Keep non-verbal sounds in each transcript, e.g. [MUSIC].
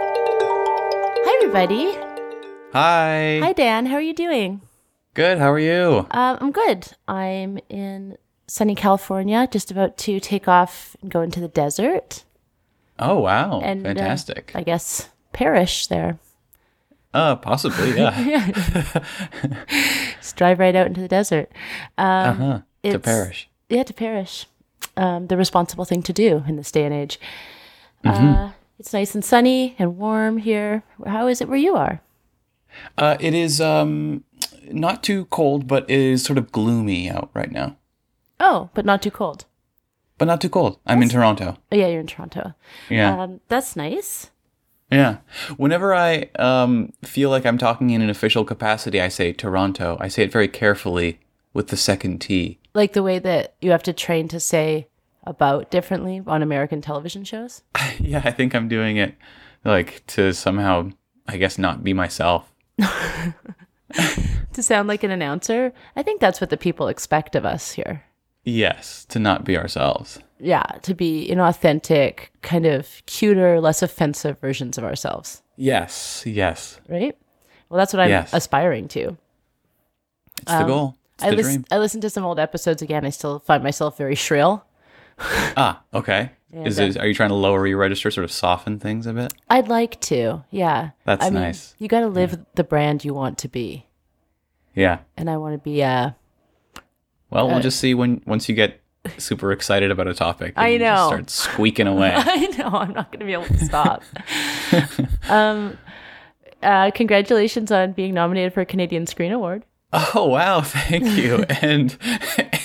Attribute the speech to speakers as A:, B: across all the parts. A: Hi, everybody.
B: Hi.
A: Hi, Dan. How are you doing?
B: Good. How are you?
A: Um, I'm good. I'm in sunny California, just about to take off and go into the desert.
B: Oh wow.
A: And, uh,
B: Fantastic.
A: I guess perish there.
B: Uh,
A: [LAUGHS]
B: possibly. Yeah.
A: Just drive right out into the desert.
B: uh huh. To
A: it's-
B: perish.
A: Yeah, to perish. Um, the responsible thing to do in this day and age. Uh, it's nice and sunny and warm here. How is it where you are?
B: Uh, it is um not too cold, but it is sort of gloomy out right now.
A: Oh, but not too cold.
B: But not too cold. I'm in Toronto.
A: Oh, yeah, you're in Toronto.
B: Yeah.
A: Um, that's nice.
B: yeah. Whenever I um feel like I'm talking in an official capacity, I say Toronto. I say it very carefully with the second T. [LAUGHS]
A: Like the way that you have to train to say about differently on American television shows.
B: yeah, I think I'm doing it like to somehow, I guess, not be myself.
A: to sound like an announcer. I think that's what the people expect of us here.
B: Yes, to not be ourselves.
A: Yeah, to be inauthentic, kind of cuter, less offensive versions of ourselves,
B: Yes, yes.
A: right? Well, that's what I'm
B: Yes.
A: aspiring to.
B: It's the goal. It's
A: Um, I,
B: the
A: lis-
B: dream.
A: I listened to some old episodes again. I still find myself very shrill.
B: Ah, okay. Is
A: And,
B: it, are you trying to lower your register, sort of soften things a bit?
A: I'd like to. Yeah.
B: That's
A: I mean,
B: nice.
A: You got to live the brand you want to be.
B: Yeah.
A: And I want to be a.
B: Well,
A: Uh,
B: we'll just see when once you get super excited about a topic.
A: I
B: and you just
A: know.
B: Start squeaking away.
A: [LAUGHS] I know I'm not going to be able to stop. [LAUGHS] um, uh, congratulations on being nominated for a Canadian Screen Award.
B: oh wow! Thank
A: [LAUGHS]
B: you, and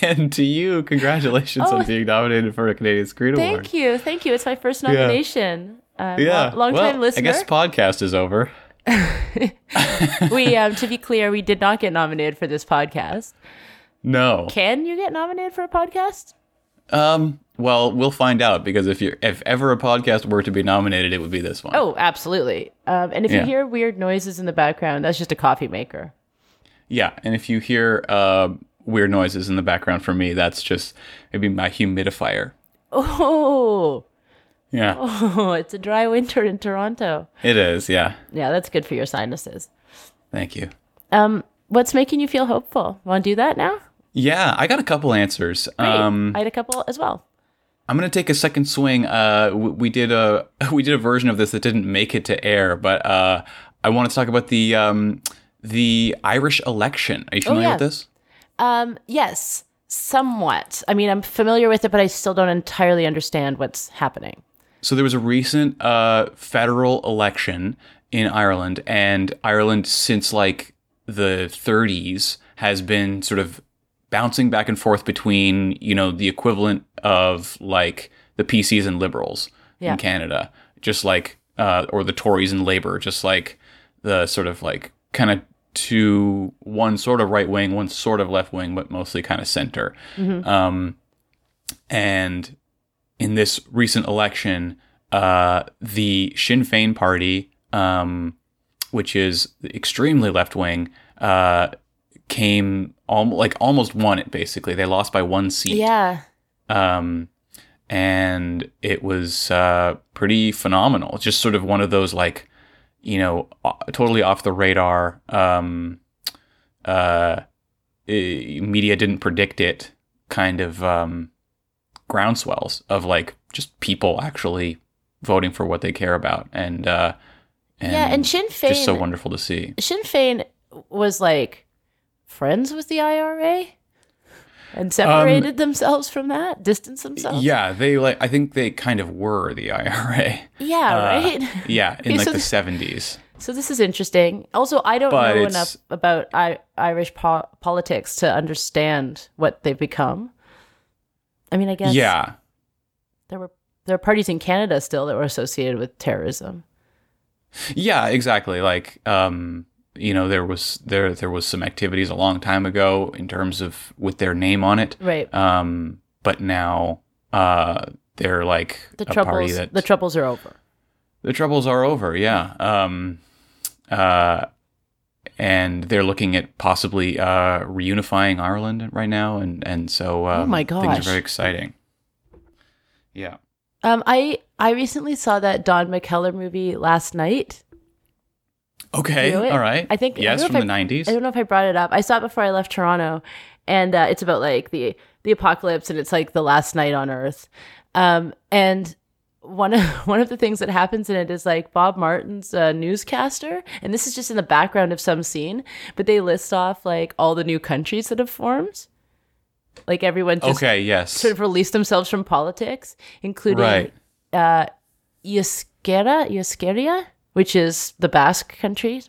B: and to you, congratulations
A: Oh,
B: on being nominated for a Canadian Screen Award.
A: Thank you, thank you. It's my first nomination. Um,
B: Yeah.
A: long, time
B: well,
A: listener.
B: I guess podcast is over.
A: we, um, to be clear, we did not get nominated for this podcast.
B: No.
A: Can you get nominated for a podcast?
B: Um. Well, we'll find out because if you if ever a podcast were to be nominated, it would be this one.
A: Oh, absolutely. Um, and if
B: Yeah.
A: you hear weird noises in the background, that's just a coffee maker.
B: Yeah, and if you hear uh, weird noises in the background from me, that's just maybe my humidifier.
A: [LAUGHS] Oh,
B: Yeah,
A: oh, it's a dry winter in Toronto.
B: it is. Yeah,
A: Yeah, that's good for your sinuses.
B: thank you.
A: Um, what's making you feel hopeful? Want to do that now?
B: Yeah, I got a couple answers.
A: Great.
B: Um,
A: I had a couple as well.
B: I'm gonna take a second swing. Uh, w- we did a [LAUGHS] we did a version of this that didn't make it to air, but uh, I want to talk about the um, the Irish election. Are you
A: Oh,
B: familiar
A: yeah.
B: with this?
A: Um, yes, somewhat. I mean, I'm familiar with it, but I still don't entirely understand what's happening.
B: So there was a recent uh, federal election in Ireland, and Ireland since like the 30s has been sort of bouncing back and forth between you know the equivalent of like the PCs and Liberals
A: Yeah.
B: in Canada, just like uh, or the Tories and Labour, just like the sort of like kind of to one sort of right wing, one sort of left wing, but mostly kind of center. Um, and in this recent election, uh, the Sinn Féin party, um, which is extremely left wing, uh, came al- like almost won it. Basically, they lost by one seat
A: Yeah.
B: um, and it was uh, pretty phenomenal. Just sort of one of those like, you know, o- totally off the radar. Um, uh, eh, media didn't predict it. Kind of um, groundswells of like just people actually voting for what they care about, and uh, and
A: yeah, and Sinn Fein
B: just so wonderful to see.
A: Sinn Fein was like friends with the IRA and separated themselves from that, distanced themselves.
B: Um, Yeah, they like. I think they kind of were the IRA.
A: Yeah,
B: Uh,
A: right?
B: [LAUGHS]
A: [LAUGHS]
B: Yeah, in
A: Okay,
B: like
A: so
B: the
A: th-
B: seventies.
A: So this is interesting. Also, I don't
B: But
A: know
B: it's-
A: enough about I- Irish po- politics to understand what they've become. I mean, I guess
B: Yeah,
A: there were there are parties in Canada still that were associated with terrorism.
B: Yeah, exactly. Like, um, you know, there was there there was some activities a long time ago in terms of with their name on it,
A: Right.
B: um, but now uh, they're like
A: The
B: a party
A: troubles
B: that
A: the troubles are over.
B: the troubles are over. Yeah. Um, uh, and they're looking at possibly uh, reunifying Ireland right now, and and so um,
A: Oh my
B: things are
A: gosh.
B: very exciting. Yeah.
A: Um, I I recently saw that Don McKellar movie last night.
B: Okay.
A: Do it.
B: All right.
A: I think- I
B: yes,
A: don't know
B: from
A: if
B: the nineties.
A: I don't know if I brought it up. I saw it before I left Toronto, and uh, it's about like the the apocalypse, and it's like the last night on Earth. Um, and one of [LAUGHS] one of the things that happens in it is like Bob Martin's uh, newscaster, and this is just in the background of some scene, but they list off like all the new countries that have formed. Like everyone just
B: Okay. Yes.
A: sort of released themselves from politics, including
B: right.
A: uh, Euskera, Euskeria, which is the Basque country.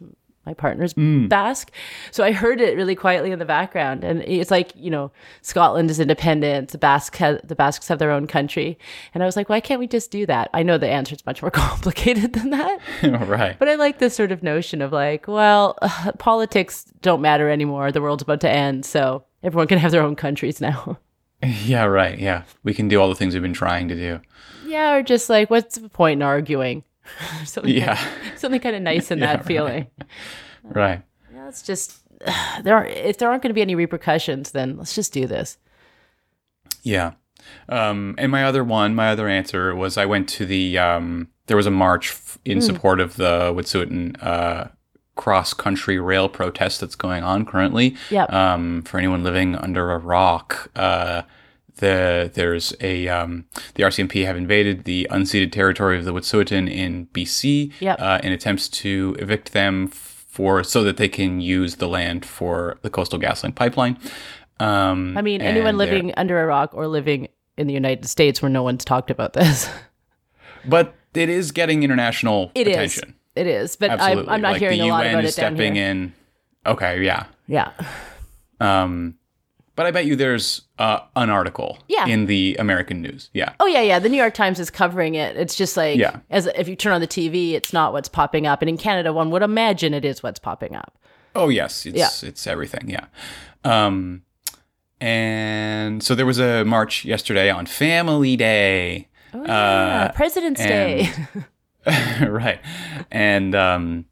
A: My partner's Basque. So I heard it really quietly in the background. And it's like, you know, Scotland is independent. The Basque ha- the Basques have their own country. And I was like, why can't we just do that? I know the answer is much more [LAUGHS] complicated than that.
B: [LAUGHS] right.
A: But I like this sort of notion of like, well, [LAUGHS] politics don't matter anymore. The world's about to end. So everyone can have their own countries now. [LAUGHS]
B: Yeah. Right. Yeah. We can do all the things we've been trying to do.
A: yeah. Or just like, what's the point in arguing? [LAUGHS] Something like
B: Yeah.
A: something kind of nice in that
B: [LAUGHS]
A: feeling.
B: right.
A: Yeah, it's just [SIGHS] there. Aren't, if there aren't going to be any repercussions, then let's just do this.
B: Yeah. Um, and my other one, my other answer was I went to the, um, there was a march f-
A: Hmm.
B: in support of the Wet'suwet'en uh, cross country rail protest that's going on currently.
A: Yep.
B: Um, for anyone living under a rock, uh, the, there's a, um, the RCMP have invaded the unceded territory of the Wet'suwet'en in BC
A: Yep.
B: uh, in attempts to evict them for, so that they can use the land for the coastal gasline pipeline. Um,
A: I mean,
B: and
A: anyone
B: they're-
A: living under a rock or living in the United States where no one's talked about this,
B: but it is getting international
A: [LAUGHS] it is.
B: attention.
A: It is, but I'm,
B: Absolutely,
A: I'm not
B: like
A: hearing
B: the
A: a lot
B: UN
A: about
B: is
A: it down here.
B: stepping in. Okay, yeah.
A: Yeah,
B: Um, but I bet you there's uh, an article
A: Yeah.
B: in the American news. Yeah,
A: Oh yeah, yeah. The New York Times is covering it. It's just like
B: Yeah.
A: as if you turn on the TV, it's not what's popping up. And in Canada, one would imagine it is what's popping up.
B: Oh yes, it's it's everything. Yeah. Um, and so there was a march yesterday on Family Day. [LAUGHS]
A: Oh,
B: Uh,
A: yeah. President's Day. [LAUGHS]
B: right and um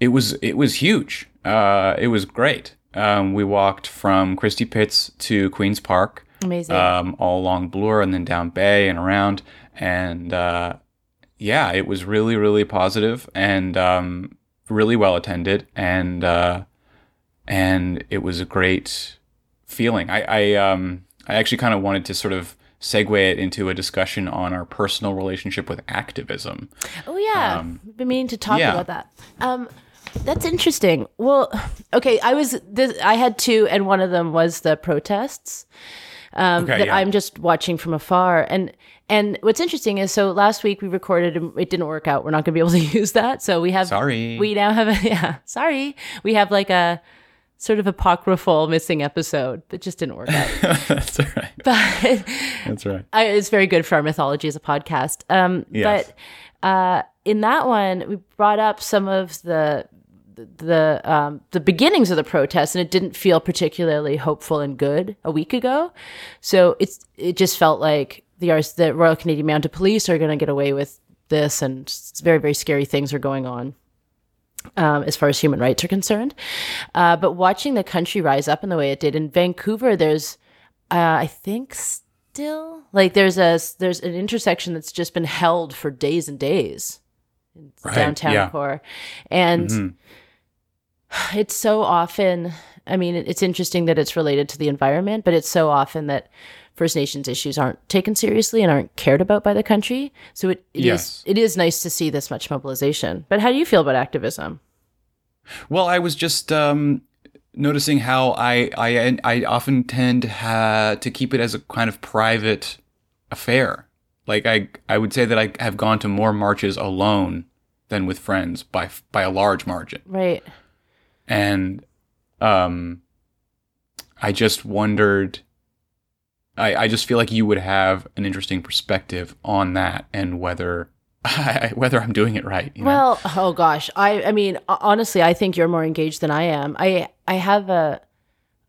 B: it was it was huge uh it was great um we walked from christie pitts to queens park
A: Amazing.
B: um all along bloor and then down bay and around and uh yeah it was really really positive and um really well attended and uh and it was a great feeling. I, I um I actually kind of wanted to sort of segue it into a discussion on our personal relationship with activism.
A: Oh yeah, We've been meaning to talk
B: Um, yeah.
A: about that. Um, that's interesting. Well, okay, I was this, I had two, and one of them was the protests um,
B: Okay,
A: that
B: yeah.
A: I'm just watching from afar. And and what's interesting is so last week we recorded and it didn't work out. We're not going to be able to [LAUGHS] use that. So we have
B: Sorry.
A: we now have a [LAUGHS] yeah sorry we have like a sort of apocryphal missing episode that just didn't work
B: [LAUGHS]
A: out.
B: [LAUGHS] That's all right.
A: but
B: That's all right.
A: I, it's very good for our mythology as a podcast. Um,
B: Yes.
A: But uh, in that one, we brought up some of the the um, the beginnings of the protests, and it didn't feel particularly hopeful and good a week ago. So it's it just felt like the RS the Royal Canadian Mounted Police are going to get away with this, and s- very very scary things are going on um, as far as human rights are concerned. Uh, but watching the country rise up in the way it did in Vancouver, there's, uh, I think, still like there's a there's an intersection that's just been held for days and days in
B: Right,
A: downtown
B: yeah. Mm-hmm.
A: core, and
B: Mhm.
A: it's so often. I mean, it- it's interesting that it's related to the environment, but it's so often that First Nations issues aren't taken seriously and aren't cared about by the country. So it, it is-
B: Yes.
A: it is nice to see this much mobilization. But how do you feel about activism?
B: Well, I was just um, noticing how I I I often tend to ha- to keep it as a kind of private affair. Like I I would say that I have gone to more marches alone than with friends by f- by a large margin.
A: Right.
B: and um i just wondered i i just feel like you would have an interesting perspective on that and whether [LAUGHS] whether i'm doing it right you know?
A: Well, oh gosh, I I mean ho- honestly, I think you're more engaged than I am. I I have a,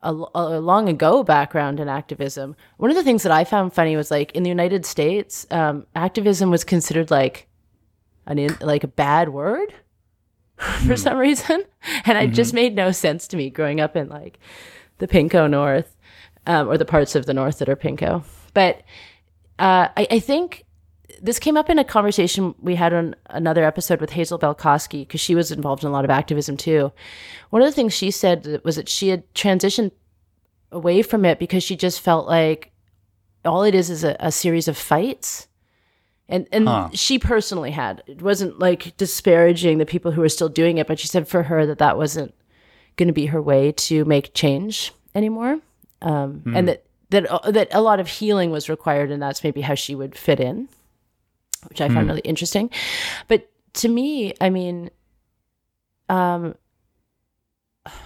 A: a l- a long ago background in activism. One of the things that I found funny was like in the United States, um, activism was considered like an in, like a bad word. [LAUGHS]
B: Hmm.
A: for some reason, and it
B: Mm-hmm.
A: just made no sense to me growing up in like the Pinco North um, or the parts of the North that are Pinco. But uh, I, I think this came up in a conversation we had on another episode with Hazel Belkowski because she was involved in a lot of activism too. One of the things she said that- was that she had transitioned away from it because she just felt like all it is is a, a series of fights. And and
B: Huh.
A: she personally had it wasn't like disparaging the people who were still doing it, but she said for her that that wasn't going to be her way to make change anymore, um, and that that uh, that a lot of healing was required, and that's maybe how she would fit in which I found really interesting. But to me, I mean, um,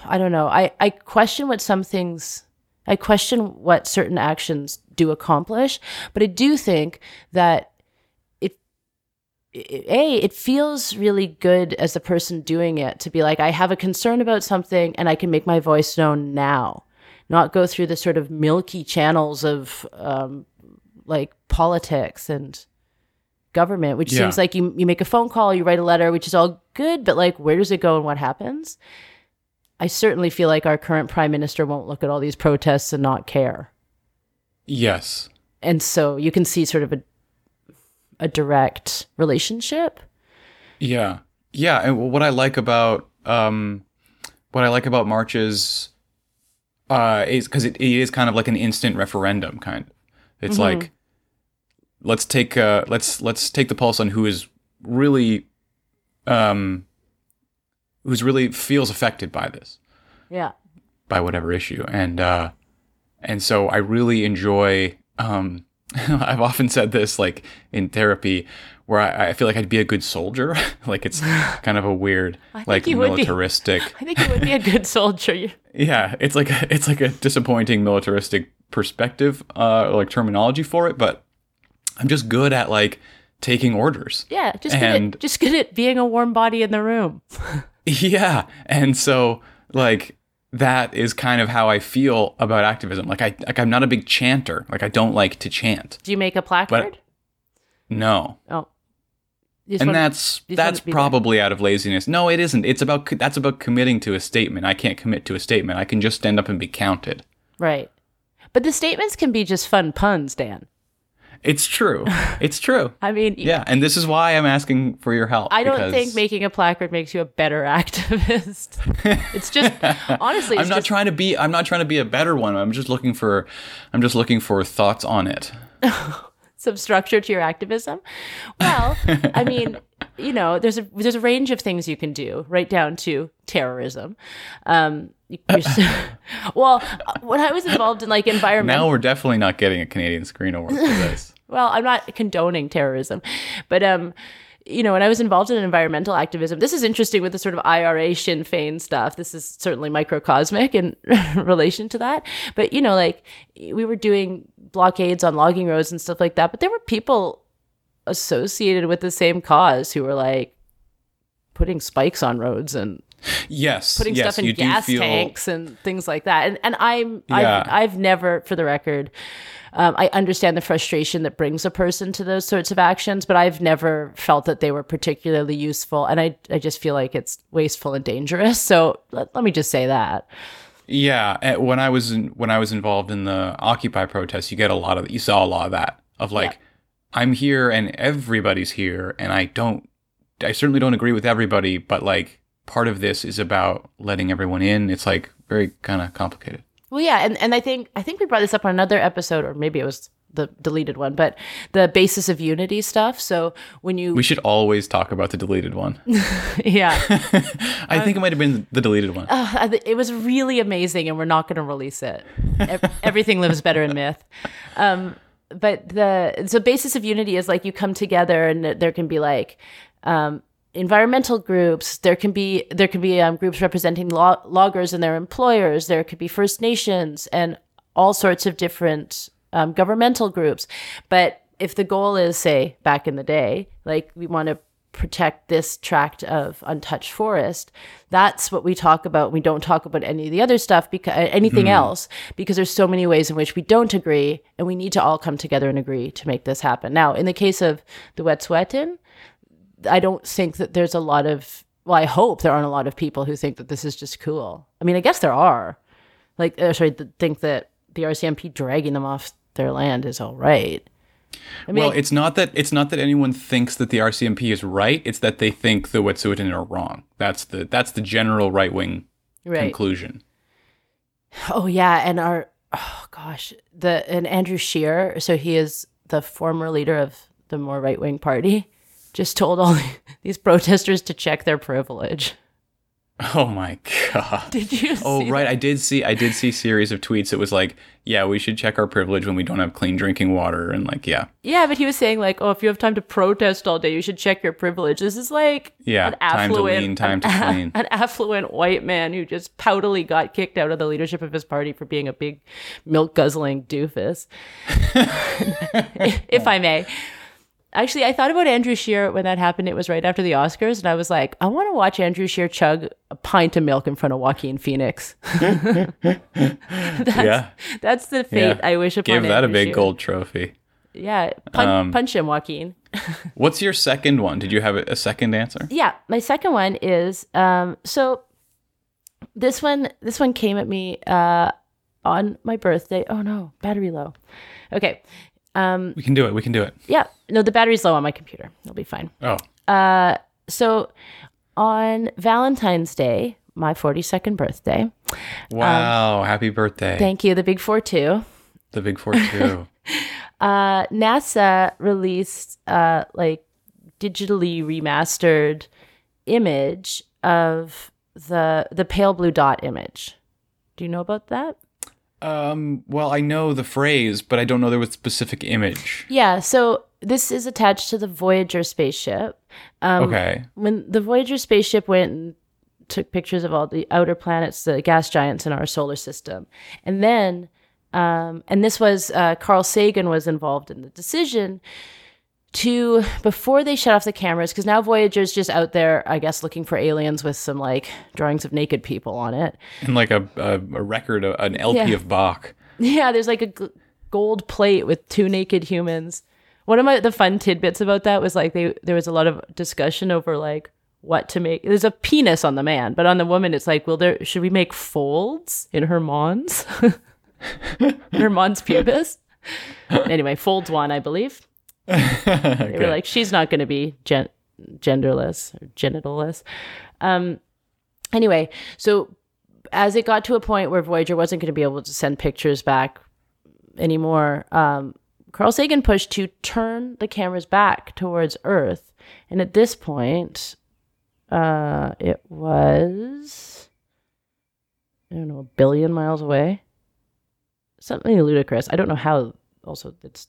A: I don't know. I, I question what some things, I question what certain actions do accomplish, but I do think that it, it- A, it feels really good as the person doing it to be like, I have a concern about something and I can make my voice known now, not go through the sort of milky channels of um, like politics and government, which
B: Yeah.
A: seems like you, you make a phone call, you write a letter, which is all good, but like, where does it go and what happens? I certainly feel like our current prime minister won't look at all these protests and not care.
B: Yes.
A: And so you can see sort of a a direct relationship.
B: Yeah. Yeah. And what I like about um, what I like about marches uh, is because it, it is kind of like an instant referendum kind. It's like let's take uh, let's let's take the pulse on who is really um, who's really feels affected by this
A: Yeah.
B: by whatever issue and uh and so i really enjoy um [LAUGHS] i've often said this like in therapy where i, I feel like i'd be a good soldier [LAUGHS]
A: [LAUGHS]
B: like it's kind of a weird
A: think
B: like
A: you would be.
B: militaristic
A: [LAUGHS] I think you would be a
B: [LAUGHS]
A: good soldier. You-
B: yeah it's like a, it's like a disappointing militaristic perspective uh like terminology for it but i'm just good at like taking orders [LAUGHS]
A: Yeah, just good
B: And-
A: at, just good at being a warm body in the room.
B: Yeah. And so like that is kind of how I feel about activism. Like I like I'm not a big chanter. Like I don't like to chant.
A: Do you make a placard?
B: No.
A: oh. You just
B: And
A: wanna-
B: that's
A: you just
B: that's
A: wanna be
B: probably out of laziness. No, it isn't. It's about that's about committing to a statement. I can't commit to a statement. I can just stand up and be counted.
A: right. But the statements can be just fun puns, Dan.
B: It's
A: [LAUGHS]
B: true. It's true.
A: I mean,
B: Yeah, and this is why I'm asking for your help.
A: I don't
B: because
A: think
B: [LAUGHS]
A: making a placard makes you a better [LAUGHS] activist. it's just honestly, it's
B: I'm not
A: just,
B: trying to be I'm not trying to be a better one. I'm just looking for I'm just looking for thoughts on it.
A: some structure to your activism? Well, I
B: [LAUGHS]
A: mean, you know, there's a there's a range of things you can do, right down to terrorism. Um,
B: [LAUGHS]
A: you- you're s- [LAUGHS] well, uh, when I was involved in like environmental,
B: Now we're definitely not getting a Canadian Screen
A: [LAUGHS]
B: Award for this.
A: well, I'm not condoning terrorism, but um, you know, when I was involved in environmental activism, this is interesting with the sort of IRA Sinn Fein stuff. This is certainly microcosmic in [LAUGHS] relation to that. But you know, like we were doing blockades on logging roads and stuff like that, but there were people associated with the same cause who were like putting spikes on roads and
B: Yes,
A: putting
B: yes,
A: stuff in
B: you do
A: gas
B: feel-
A: tanks and things like that. And and I'm
B: Yeah.
A: I've, I've never, for the record, um, I understand the frustration that brings a person to those sorts of actions, but I've never felt that they were particularly useful. And I I just feel like it's wasteful and dangerous. So let, let me just say that.
B: Yeah, eh, when I was in, when I was involved in the Occupy protests, you get a lot of you saw a lot of that of like, I'm here and everybody's here, and I don't, I certainly don't agree with everybody, but like part of this is about letting everyone in. It's like very kind of complicated.
A: Well, yeah, and, and I think I think we brought this up on another episode, or maybe it was the deleted one, but the basis of unity stuff. So when you
B: We should always talk about the deleted one.
A: [LAUGHS]
B: [LAUGHS]
A: yeah.
B: I think it might have been the deleted one.
A: Ugh, [LAUGHS] I th- it was really amazing, and we're not going to release it. Ev- Everything lives better in myth. Um, but the so basis of unity is like you come together, and th- there can be like um, environmental groups. There can be there can be um, groups representing lo- loggers and their employers. There could be First Nations and all sorts of different um, governmental groups. But if the goal is, say, back in the day, like we want to protect this tract of untouched forest, that's what we talk about. We don't talk about any of the other stuff because anything else because there's so many ways in which we don't agree, and we need to all come together and agree to make this happen. Now, in the case of the Wet'suwet'en, I don't think that there's a lot of well, I hope there aren't a lot of people who think that this is just cool. I mean, I guess there are. Like, uh, sorry, th- think that the RCMP dragging them off their land is all right. I mean,
B: well, it's not that it's not that anyone thinks that the RCMP is right. It's that they think the Wet'suwet'en are wrong. That's the that's the general right wing
A: right.
B: conclusion.
A: Oh yeah, and our oh gosh, the and Andrew Shear, so he is the former leader of the more right wing party, just told all [LAUGHS] these protesters to check their privilege. [LAUGHS]
B: Oh my god.
A: Did you?
B: Oh
A: see
B: right, I did see I did see a series of tweets. It was like, yeah, we should check our privilege when we don't have clean drinking water, and like, yeah,
A: that? Yeah, but he was saying like, oh, if you have time to protest all day, you should check your privilege. This is like
B: yeah,
A: an
B: time to
A: affluent,
B: lean, time to
A: an,
B: clean.
A: an affluent white man who just poutily got kicked out of the leadership of his party for being a big milk guzzling doofus, if I may. Actually, I thought about Andrew Shear when that happened. It was right after the Oscars, and I was like, I want to watch Andrew Shear chug a pint of milk in front of Joaquin Phoenix. [LAUGHS] [LAUGHS] that's,
B: Yeah.
A: that's the fate
B: Yeah.
A: I wish upon.
B: Give that a
A: Andrew
B: big
A: Scheer.
B: gold trophy.
A: Yeah, punch,
B: Um,
A: punch him, Joaquin.
B: What's your second one? Did you have a a second answer?
A: yeah my second one is um so this one this one came at me uh on my birthday oh no battery low okay um
B: We can do it. We can do it.
A: yeah no the battery's low on my computer it'll be fine
B: Oh,
A: uh so on valentine's day my 42nd birthday
B: wow! Happy birthday,
A: thank you the big 4-2
B: the Big Four
A: [LAUGHS]
B: Two.
A: uh, NASA released uh, like digitally remastered image of the the pale blue dot image. Do you know about that?
B: um, well, I know the phrase, but I don't know there was a specific image.
A: Yeah. So this is attached to the Voyager spaceship. Um,
B: okay.
A: when the Voyager spaceship went and took pictures of all the outer planets, the gas giants in our solar system, and then, um, and this was uh, Carl Sagan was involved in the decision to before they shut off the cameras because now Voyager's just out there, I guess, looking for aliens with some like drawings of naked people on it.
B: And like a, a, a record, of, an LP
A: Yeah.
B: of Bach.
A: Yeah, there's like a g- gold plate with two naked humans. One of my the fun tidbits about that was like they there was a lot of discussion over like what to make. There's a penis on the man, but on the woman it's like, well, there should we make folds in her [LAUGHS] mons, her mons pubis. anyway, folds one, I believe. They
B: okay.
A: were like, she's not going to be gen- genderless or genitalless. Um, anyway, so as it got to a point where Voyager wasn't going to be able to send pictures back anymore, um, Carl Sagan pushed to turn the cameras back towards Earth. And at this point, uh, it was, I don't know, a billion miles away. Something ludicrous. I don't know how, also, it's,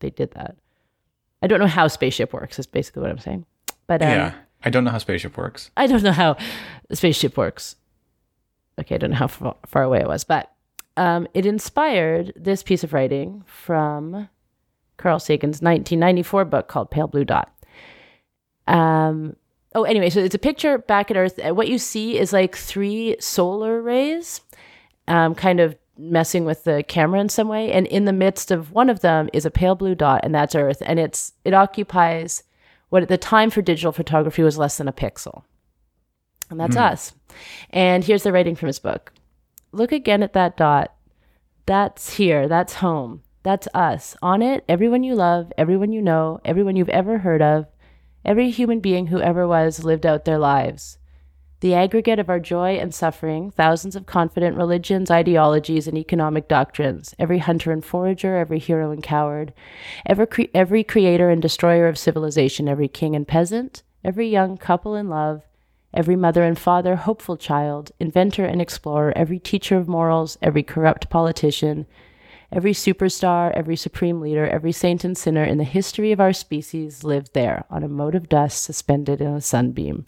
A: they did that. I don't know how spaceship works, is basically what I'm saying. But um,
B: yeah. I don't know how spaceship works.
A: I don't know how the spaceship works. Okay, I don't know how far, far away it was, but um, it inspired this piece of writing from Carl Sagan's 1994 book called Pale Blue Dot. Um, oh, anyway, so it's a picture back at Earth. Uh, What you see is like three solar rays, um, kind of messing with the camera in some way. And in the midst of one of them is a pale blue dot, and that's Earth. And it's it occupies what at the time for digital photography was less than a pixel. And that's us. And here's the writing from his book Look again at that dot. That's here. That's home. That's us. On it, everyone you love, everyone you know, everyone you've ever heard of, every human being who ever was lived out their lives. The aggregate of our joy and suffering, thousands of confident religions, ideologies, and economic doctrines, every hunter and forager, every hero and coward, every, cre- every creator and destroyer of civilization, every king and peasant, every young couple in love, every mother and father, hopeful child, inventor and explorer, every teacher of morals, every corrupt politician, every superstar, every supreme leader, every saint and sinner in the history of our species lived there on a mote of dust suspended in a sunbeam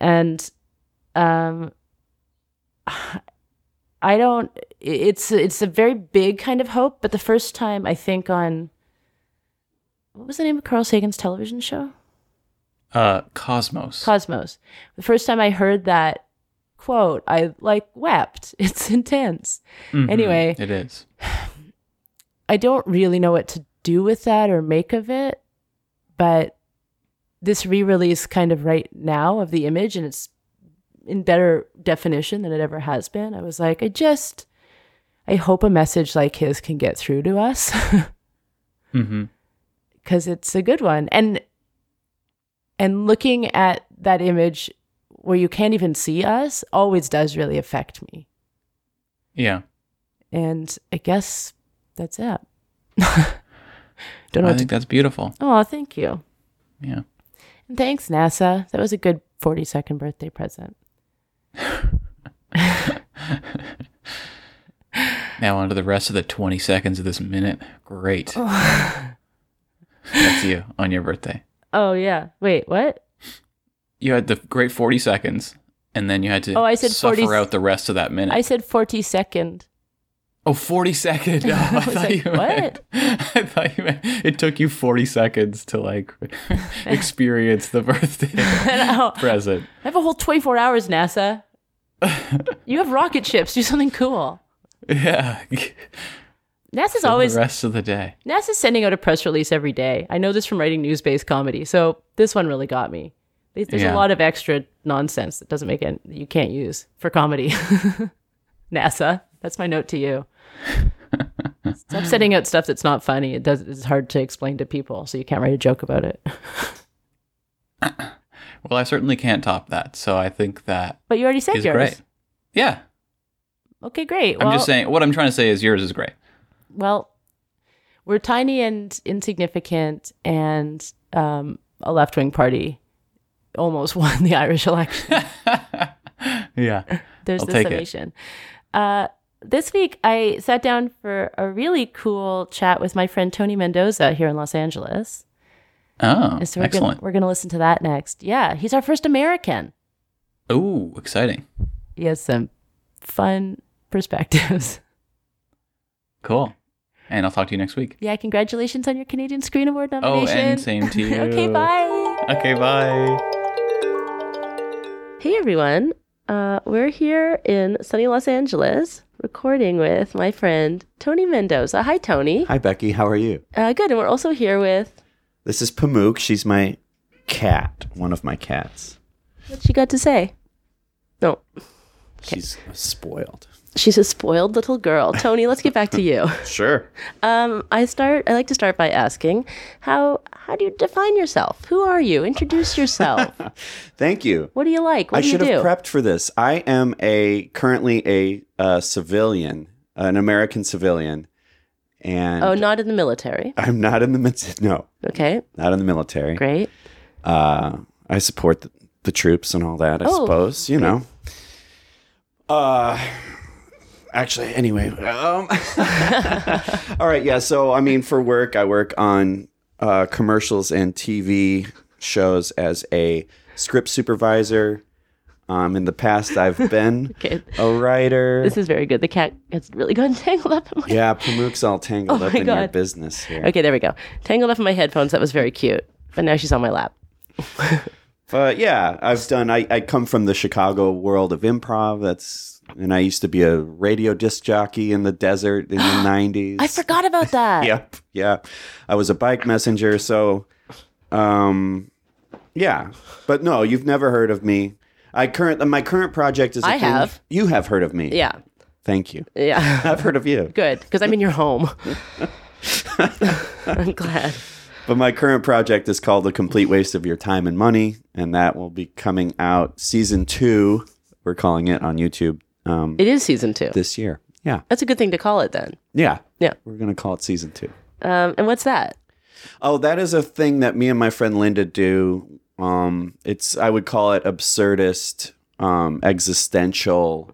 A: and um [SIGHS] i don't it's it's a very big kind of hope but the first time i think on what was the name of carl sagan's television show
B: Uh, Cosmos.
A: cosmos the first time i heard that quote i like wept [LAUGHS] it's intense
B: Mhm.
A: anyway.
B: It is.
A: i don't really know what to do with that or make of it but this re-release kind of right now of the image and it's in better definition than it ever has been. I was like, I just I hope a message like his can get through to us [LAUGHS]
B: Mm-hmm.
A: because it's a good one. And and looking at that image where you can't even see us always does really affect me.
B: Yeah.
A: And I guess that's it. [LAUGHS] Don't know.
B: I
A: What to-
B: think that's beautiful.
A: oh, thank you.
B: Yeah.
A: And thanks, NASA. That was a good 42nd birthday present.
B: Now on to the rest of the 20 seconds of this minute. Great. [LAUGHS] That's you on your birthday.
A: Oh, yeah. Wait, what?
B: You had the great 40 seconds, and then you had to
A: Oh, I said
B: suffer
A: 40
B: out the rest of that minute.
A: I said 42nd.
B: oh, 40
A: [LAUGHS]
B: seconds. No, I,
A: was
B: thought
A: like,
B: you meant, [LAUGHS] I thought you meant it took you 40 seconds to like [LAUGHS] experience
A: [LAUGHS]
B: the birthday
A: [LAUGHS] I
B: present.
A: have a whole 24 hours, NASA. you have rocket ships. Do something cool.
B: Yeah. Fill
A: NASA's always
B: the rest of the day.
A: NASA's sending out a press release every day. I know this from writing news-based comedy, so this one really got me. There- There's
B: Yeah.
A: a lot of extra nonsense that doesn't make any that you can't use for comedy. [LAUGHS] NASA, that's my note to
B: [LAUGHS]
A: you. Stop sending out stuff that's not funny. It does. It's hard to explain to people, so you can't write a joke about it. [LAUGHS]
B: Well, I certainly can't top that. So I think that
A: But you already said
B: is
A: yours.
B: great. Yeah.
A: Okay, great.
B: I'm
A: well,
B: just saying, what I'm trying to say is yours is great. [LAUGHS]
A: well, we're tiny and insignificant, and um, a left-wing party almost [LAUGHS] won the Irish election.
B: Yeah.
A: There's
B: I'll
A: the
B: take it.
A: summation. Uh, this week, I sat down for a really cool chat with my friend Tony Mendoza here in Los Angeles.
B: Oh,
A: And so we're gonna,
B: excellent.
A: we're going to listen to that next. Yeah, he's our first American.
B: Oh, exciting.
A: He has some fun perspectives. [LAUGHS]
B: Cool. And I'll talk to you next week.
A: yeah, congratulations on your Canadian Screen Award
B: Oh,
A: nomination.
B: and same to
A: [LAUGHS]
B: you.
A: okay, bye.
B: Okay, bye.
A: Hey everyone, uh, we're here in sunny Los Angeles recording with my friend Tony Mendoza. Hi, Tony.
C: Hi, Becky. How are you?
A: Uh, good, and we're also here with
C: This is Pamook. She's my cat, one of my cats.
A: what she got to say. No,
C: She's spoiled.
A: She's a spoiled little girl. Tony, let's get back to you.
C: Sure.
A: [LAUGHS] Um, I start. I like to start by asking, how how do you define yourself? Who are you? Introduce [LAUGHS] yourself.
C: Thank you.
A: What do you like? What
C: I
A: do you
C: should
A: do?
C: have prepped for this. I am a currently a uh, civilian, uh, an American civilian, and
A: oh, not in the military.
C: I'm not in the mil- no,
A: Okay,
C: not in the military.
A: great.
C: uh, I support the, the troops and all that. I
A: Oh,
C: suppose you know. Uh, actually, anyway. Um, [LAUGHS] all right, yeah. So, I mean, for work, I work on uh, commercials and TV shows as a script supervisor. Um, in the past, I've been
A: [LAUGHS] Okay.
C: a writer.
A: This is very good. The cat has really gotten [LAUGHS] tangled up. In my-
C: yeah, Pamuk's all tangled
A: Oh
C: up
A: my
C: in your
A: God.
C: business here.
A: Okay, there we go. Tangled up in my headphones. That was very cute. But now she's on my lap.
C: But yeah, I've done. I, I come from the Chicago world of improv. That's and I used to be a radio disc jockey in the desert in
A: [GASPS]
C: the '90s.
A: I forgot about that.
C: Yep. Yeah, I was a bike messenger. So, um, yeah. But no, you've never heard of me. I current my current project is. a
A: I
C: thing-
A: have.
C: You have heard of me.
A: Yeah.
C: Thank you. [LAUGHS]
A: Yeah. [LAUGHS]
C: I've heard of you.
A: Good, because I'm in your [LAUGHS] home. I'm glad.
C: But my current project is called A Complete Waste of Your Time and Money, and that will be coming out season two. We're calling it on YouTube. Um,
A: It is season two.
C: this year. Yeah.
A: That's a good thing to call it then.
C: Yeah.
A: Yeah.
C: We're going to call it season two.
A: Um, and what's that?
C: Oh, that is a thing that me and my friend Linda do. Um, it's, I would call it absurdist, um, existential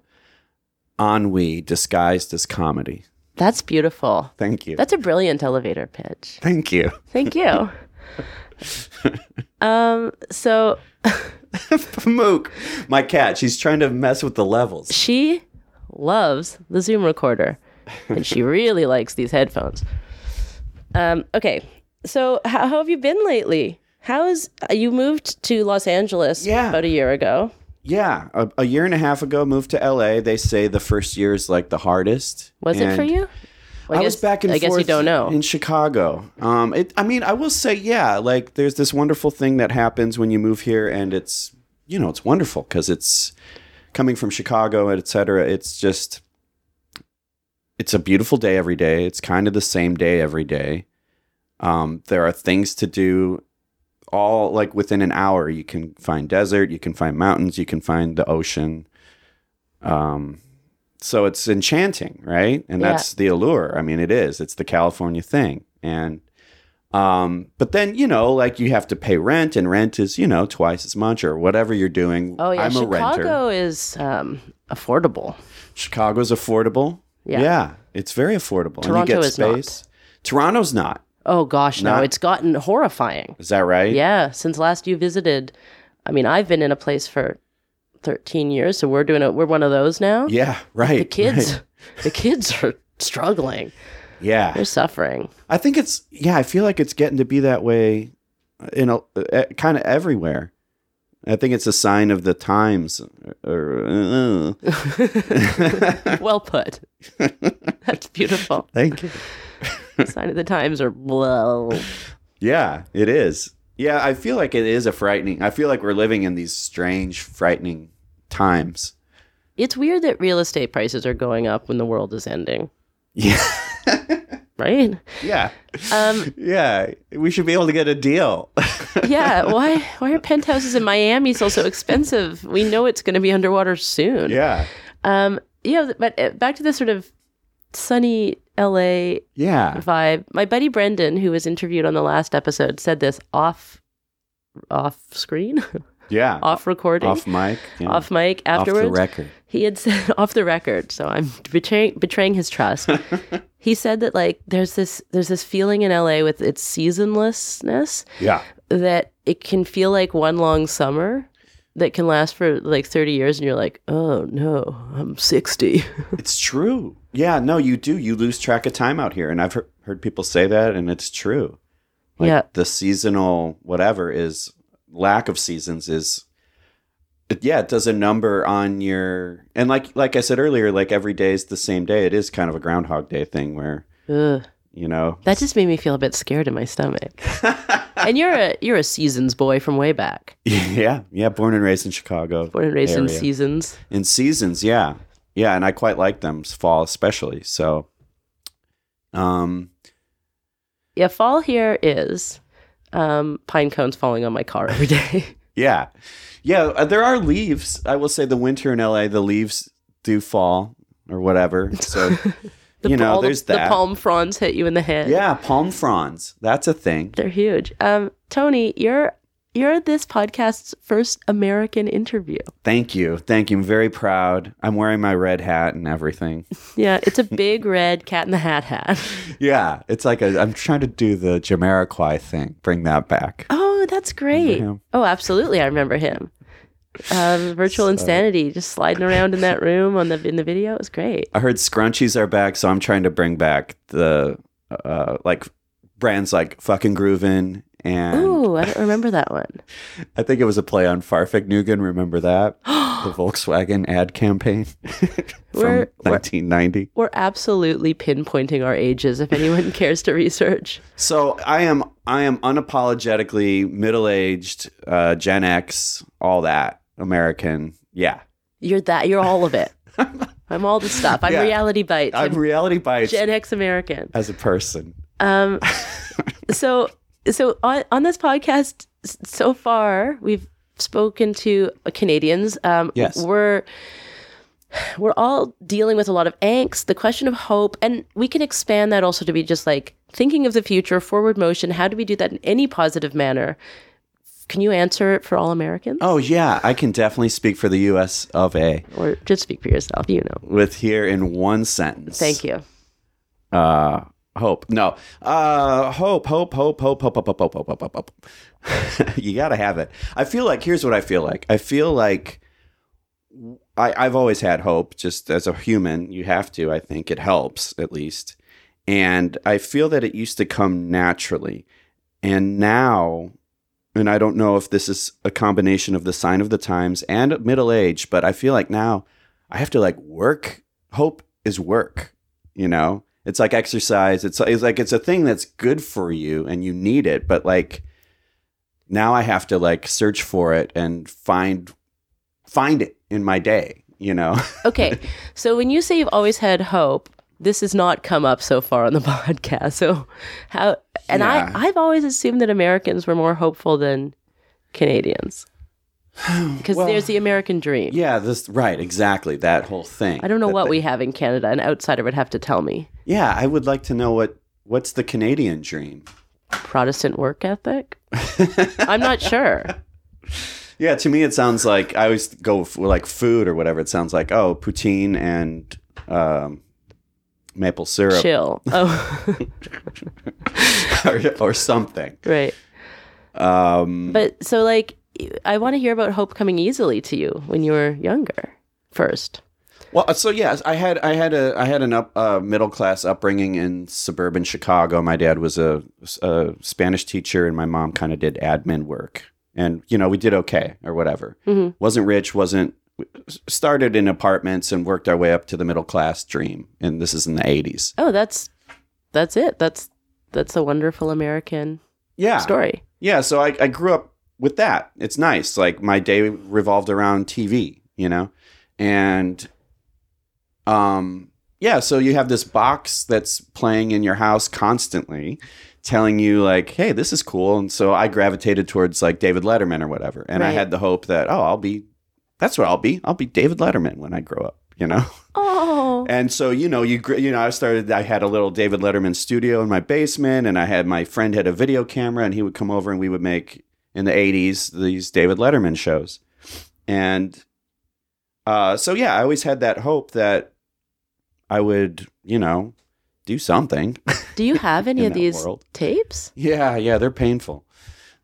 C: ennui disguised as comedy.
A: That's beautiful.
C: Thank you.
A: That's a brilliant elevator pitch.
C: Thank you. [LAUGHS]
A: Thank you. um, so
C: Mook, my cat, she's trying to mess with the levels.
A: she loves the Zoom recorder, and
C: [LAUGHS]
A: she really likes these headphones. Um, okay, so how, how have you been lately? How's you moved to Los Angeles
C: Yeah.
A: about a year ago?
C: Yeah. A, a year and a half ago, moved to LA. They say the first year is like the hardest.
A: Was it for
C: And-
A: you?
C: I, was
A: guess-
C: back and
A: I guess you
C: forth
A: don't know.
C: in Chicago. Um, it, I mean, I will say, yeah, like there's this wonderful thing that happens when you move here, and it's you know it's wonderful because it's coming from Chicago and et cetera. It's just it's a beautiful day every day. It's kind of the same day every day. Um, there are things to do all like within an hour. You can find desert, you can find mountains, you can find the ocean. Um, so it's enchanting, right? And
D: Yeah.
C: that's the allure. I mean, it is. It's the California thing. And um, but then you know, like you have to pay rent, and rent is you know twice as much or whatever you're doing.
A: Oh yeah,
C: I'm a renter.
A: Chicago is um, affordable.
C: Chicago's affordable.
A: Yeah.
C: it's very affordable.
A: Toronto
C: and you get
A: is not.
C: space. Toronto's not.
A: Oh gosh, no,
C: Not-
A: it's gotten horrifying.
C: Is that right?
A: Yeah, since last you visited, I mean, I've been in a place for 13 years, so we're doing it. We're one of those now.
C: Yeah, right.
A: the kids,
C: [LAUGHS] right.
A: the kids are struggling.
C: Yeah.
A: They're
C: [LAUGHS]
A: suffering.
C: I think it's yeah. I feel like it's getting to be that way, in a kind of everywhere. I think it's a sign of the times. Or, uh,
A: well put. That's beautiful.
C: thank you.
A: Sign of the times are well.
C: Yeah, it is. Yeah, I feel like it is a frightening. I feel like we're living in these strange, frightening times. [LAUGHS]
A: It's weird that real estate prices are going up when the world is ending,
C: Yeah,
A: right?
C: yeah,
A: Um,
C: yeah. We should be able to get
A: [LAUGHS]
C: a deal. [LAUGHS]
A: yeah. Why? Why are penthouses in Miami still so expensive? We know it's going to be underwater soon.
C: yeah,
A: Um, yeah, but uh, back to the sort of sunny LA
C: yeah.
A: vibe. My buddy Brendan, who was interviewed on the last episode, said this off off screen, [LAUGHS]
C: Yeah.
A: off recording,
C: Off mic. yeah.
A: off mic
C: Off
A: afterwards.
C: the record.
A: He had said [LAUGHS] off the record, so I'm betraying betraying his
C: [LAUGHS]
A: trust. he said that like there's this there's this feeling in LA with its seasonlessness
C: Yeah.
A: that it can feel like one long summer that can last for like 30 years and you're like, "Oh no, I'm 60."
C: It's true. Yeah, no, you do. You lose track of time out here. And I've heard, heard people say that, and it's true. Like
A: Yeah.
C: the seasonal whatever is lack of seasons is it- yeah, it does a number on your and like like I said earlier, like every day is the same day. It is kind of a groundhog day thing where,
A: [LAUGHS] Ugh.
C: you know
A: That just made me feel a bit scared in my stomach. and you're
C: [LAUGHS]
A: a you're a seasons boy from way back.
C: Yeah, yeah, born and raised in Chicago.
A: Born and raised in
C: area.
A: seasons.
C: in seasons yeah yeah and i quite like them fall especially so um
A: Yeah, fall here is um, pine cones falling on my car every day.
C: [LAUGHS] yeah yeah uh, there are leaves i will say the winter in la the leaves do fall or whatever so
A: [LAUGHS] The
C: you know
A: all the-
C: there's
A: the,
C: that
A: palm fronds hit you in the head.
C: yeah palm fronds that's a thing
A: they're huge. Um, Tony, you're you're this podcast's first American interview.
C: thank you thank you i'm very proud i'm wearing my red hat
A: [LAUGHS]
C: and everything
A: Yeah, it's a
C: [LAUGHS]
A: big red cat in the hat hat.
C: yeah it's like a, i'm trying to do the jamiroquai thing bring that back
A: Oh, that's great.
C: him.
A: [LAUGHS] Oh, absolutely, I remember him. Um, virtual insanity, just sliding around in that room on the in the video. It was great.
C: I heard scrunchies are back, so I'm trying to bring back the uh, like brands like fucking Groovin and
A: Ooh, I don't remember that one.
C: I think it was a play on Farfik Nugan.
A: [GASPS]
C: Remember that the Volkswagen ad campaign [LAUGHS] from
A: We're- we're-
C: 1990.
A: We're absolutely pinpointing our ages if anyone [LAUGHS] cares to research.
C: So I am I am unapologetically middle aged, uh, Gen X, all that American. Yeah,
A: You're that. You're all [LAUGHS] of it. I'm all the stuff. I'm
C: Yeah.
A: reality bites.
C: I'm
A: I'm,
C: reality bites
A: Gen X American.
C: as a person. [LAUGHS]
A: Um, so so on, on this podcast s- so far we've spoken to Canadians. Um,
C: Yes.
A: we're we're all dealing with a lot of angst, the question of hope, and we can expand that also to be just like thinking of the future, forward motion. How do we do that in any positive manner? Can you answer it for all Americans,
C: Oh yeah, I can definitely speak for the U.S. of A.
A: or just speak for yourself? You know.
C: With here in one sentence.
A: Thank you.
C: uh hope no uh hope hope hope hope hope hope hope hope hope hope hope, hope. [LAUGHS] you gotta have it i feel like here's what i feel like i feel like i i've always had hope just as a human you have to i think it helps at least and i feel that it used to come naturally and now and i don't know if this is a combination of the sign of the times and middle age but i feel like now i have to like work hope is work you know It's like exercise. It's, it's like it's a thing that's good for you and you need it, but like now I have to like search for it and find find it in my day,
A: [LAUGHS]
C: you know.
A: Okay. so when you say you've always had hope, this has not come up so far on the [LAUGHS] podcast. So how and
C: Yeah.
A: I I've always assumed that Americans were more hopeful than
C: [SIGHS]
A: Canadians. Cuz
C: Well,
A: there's the American dream.
C: Yeah, this right, exactly. That whole thing.
A: I don't know
C: That
A: what
C: thing.
A: we have in Canada. An outsider would have to tell me.
C: Yeah, I would like to know what what's the Canadian dream.
A: Protestant work
C: [LAUGHS]
A: ethic? I'm not sure.
C: Yeah, to me it sounds like I always go f- like food or whatever. It sounds like oh, poutine and um, maple syrup
A: Chill. Oh, [LAUGHS]
C: or, [LAUGHS] or something.
A: right.
C: Um,
A: But so like I want to hear about hope coming easily to you when you were younger first.
C: Well, uh, so yes, I had I had a I had an up uh, middle class upbringing in suburban Chicago. My dad was a, a Spanish teacher, and my mom kind of did admin work. And you know, we did okay or whatever.
A: Mhm.
C: wasn't rich, wasn't started in apartments and worked our way up to the middle class dream. And this is in the eighties.
A: Oh, that's that's it. That's that's a wonderful American
C: Yeah,
A: story.
C: yeah. So I, I grew up with that. It's nice. Like my day revolved around TV. You know, and um yeah so you have this box that's playing in your house constantly telling you like hey this is cool and so i gravitated towards like david letterman or whatever and i
A: Right.
C: had the hope that oh i'll be that's what i'll be i'll be david letterman when i grow up you know
A: Oh.
C: and so you know you gr- you know i started i had a little david letterman studio in my basement and i had my friend had a video camera and he would come over and we would make in the 80s these david letterman shows and uh, so yeah i always had that hope that i would you know do something
A: Do you have any
C: in
A: of
C: that
A: these
C: world.
A: tapes?
C: yeah yeah they're painful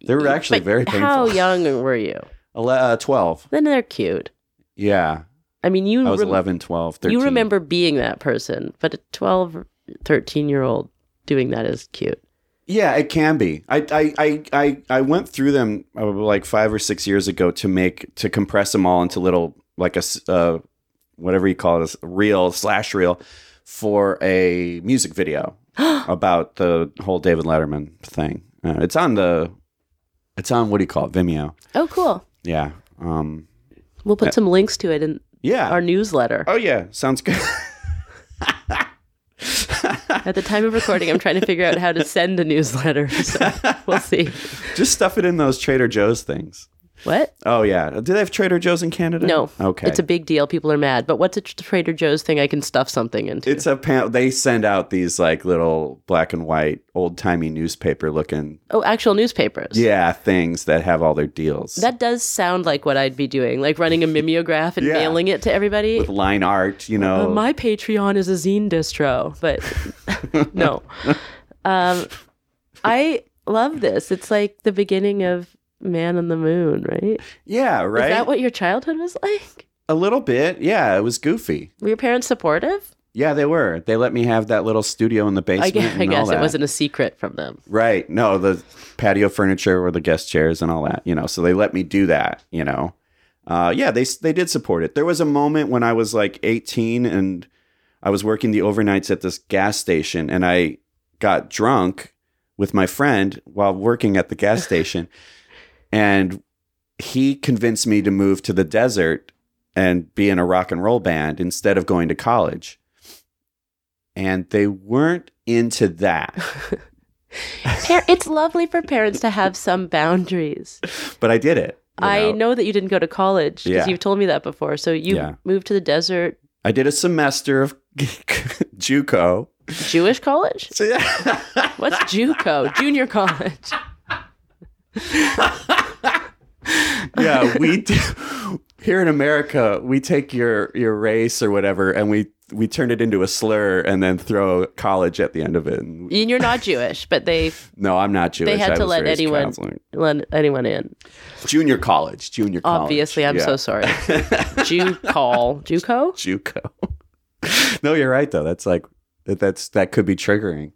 C: they're actually
A: But
C: very painful
A: How young were you?
C: [LAUGHS] Ele- uh, 12
A: Then they're cute.
C: yeah
A: I mean, you
C: i was
A: rem-
C: 11 12 13
A: you remember being that person, but a 12 13 year old doing that is cute.
C: Yeah, it can be. I I I I, I went through them uh, like five or six years ago to make to compress them all into little like a s- uh, whatever you call it, a reel slash reel for a music
A: [GASPS]
C: video about the whole David Letterman thing. Uh, it's on the it's on what do you call it Vimeo?
A: Oh, cool.
C: Yeah. Um,
A: We'll put some links to it in
C: yeah.
A: our
C: [LAUGHS]
A: newsletter.
C: oh yeah, sounds good.
A: At the time of recording, I'm trying to figure out how to send a newsletter.
C: [LAUGHS]
A: So we'll see.
C: Just stuff it in those Trader Joe's things.
A: What?
C: Oh yeah. Do they have Trader Joe's in Canada?
A: No.
C: Okay.
A: It's a big deal. People are mad. But what's a Tr- Trader Joe's thing I can stuff something into?
C: It's a pan- they send out these like little black and white old timey newspaper looking
A: oh, actual newspapers.
C: yeah things that have all their deals
A: That does sound like what I'd be doing, like running a mimeograph and
C: Yeah.
A: mailing it to everybody.
C: with line art, you
A: Uh,
C: know.
A: my Patreon is a zine distro,
C: [LAUGHS]
A: but no. Um, I love this. It's like the beginning of Man on the Moon, right?
C: yeah,
A: Is
C: right.
A: that what your childhood was like?
C: a little bit. Yeah, it was goofy.
A: Were your parents supportive?
C: Yeah, they were. They let me have that little studio in the basement.
A: I guess,
C: and
A: I
C: all
A: guess it
C: that.
A: wasn't a secret from them.
C: Right. No, the patio furniture or the guest chairs and all that, you know. So they let me do that, you know. Uh, yeah, they they did support it. There was a moment when I was like 18 and I was working the overnights at this gas station and I got drunk with my friend while working at the gas station and he convinced me to move to the desert and be in a rock and roll band instead of going to college. And they weren't into that.
A: [LAUGHS] Par- it's lovely for parents to have some boundaries.
C: but I did it. you
A: I know that you didn't go to college because
C: Yeah.
A: you've told me that before. So you
C: Yeah.
A: moved to the desert,
C: I did a semester of [LAUGHS] JUCO.
A: Jewish
C: [LAUGHS]
A: college?
C: So, yeah.
A: What's JUCO? Junior college. [LAUGHS]
C: yeah, we do, [LAUGHS] here in America, we take your your race or whatever, and we we turn it into a slur, and then throw college at the end of it. And,
A: And you're not Jewish, but they
C: no, I'm not Jewish.
A: They had
C: I
A: to
C: was
A: let
C: raised
A: anyone-
C: counseling.
A: let anyone in.
C: Junior college, junior college.
A: Obviously, I'm
C: Yeah.
A: so
C: [LAUGHS]
A: sorry. Jew call. Juco?
C: JUCO. [LAUGHS] no, you're right though. That's like that- that's that could be triggering.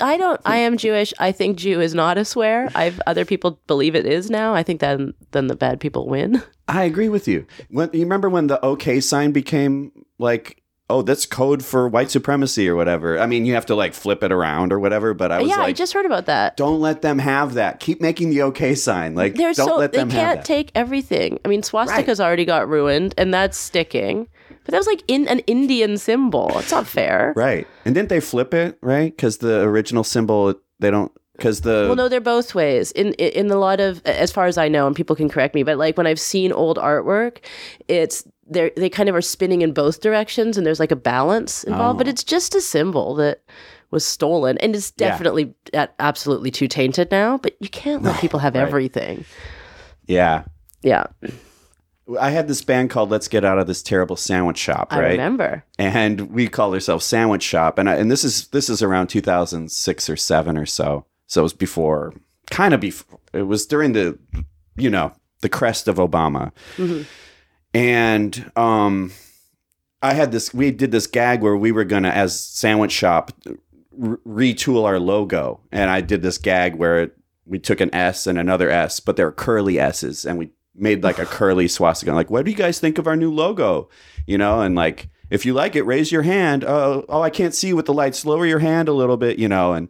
A: I don't I am Jewish. I think Jew is not a swear. I've other people believe it is now. I think then then the bad people win.
C: I agree with you. When, you remember when the OK sign became like oh, that's code for white supremacy or whatever. I mean, you have to like flip it around or whatever. But I was
A: yeah, I
C: like,
A: just heard about that.
C: don't let them have that. Keep making the okay sign. Like,
A: They're
C: don't
A: so
C: let
A: they
C: them have
A: can't
C: that.
A: take everything. I mean, swastika's already got ruined, and that's sticking. But that was like in an Indian symbol. It's not fair.
C: right. And didn't they flip it right? Because the original symbol, they don't. Because the
A: Well, no, they're both ways. In in a lot of, as far as I know, and people can correct me, but like when I've seen old artwork, it's they they kind of are spinning in both directions, and there's like a balance involved. But it's just a symbol that was stolen, and it's
C: Oh. Yeah.
A: definitely at absolutely too tainted now. But you can't let people have everything.
C: yeah.
A: Yeah,
C: I had this band called Let's Get Out of This Terrible Sandwich Shop,
A: I
C: right?
A: remember.
C: and we called ourselves Sandwich Shop, and I, and this is this is around 2006 or seven or so. So it was before, kind of before. It was during the, you know, the crest of Obama,
A: Mm-hmm.
C: and um, I had this. We did this gag where we were gonna, as Sandwich Shop, r- retool our logo, and I did this gag where it, we took an S and another S, but they were curly S's, and we made like a curly swastika. Like, what do you guys think of our new logo? You know, and like, if you like it, raise your hand. Oh, oh, I can't see you with the lights. Lower your hand a little bit. You know, and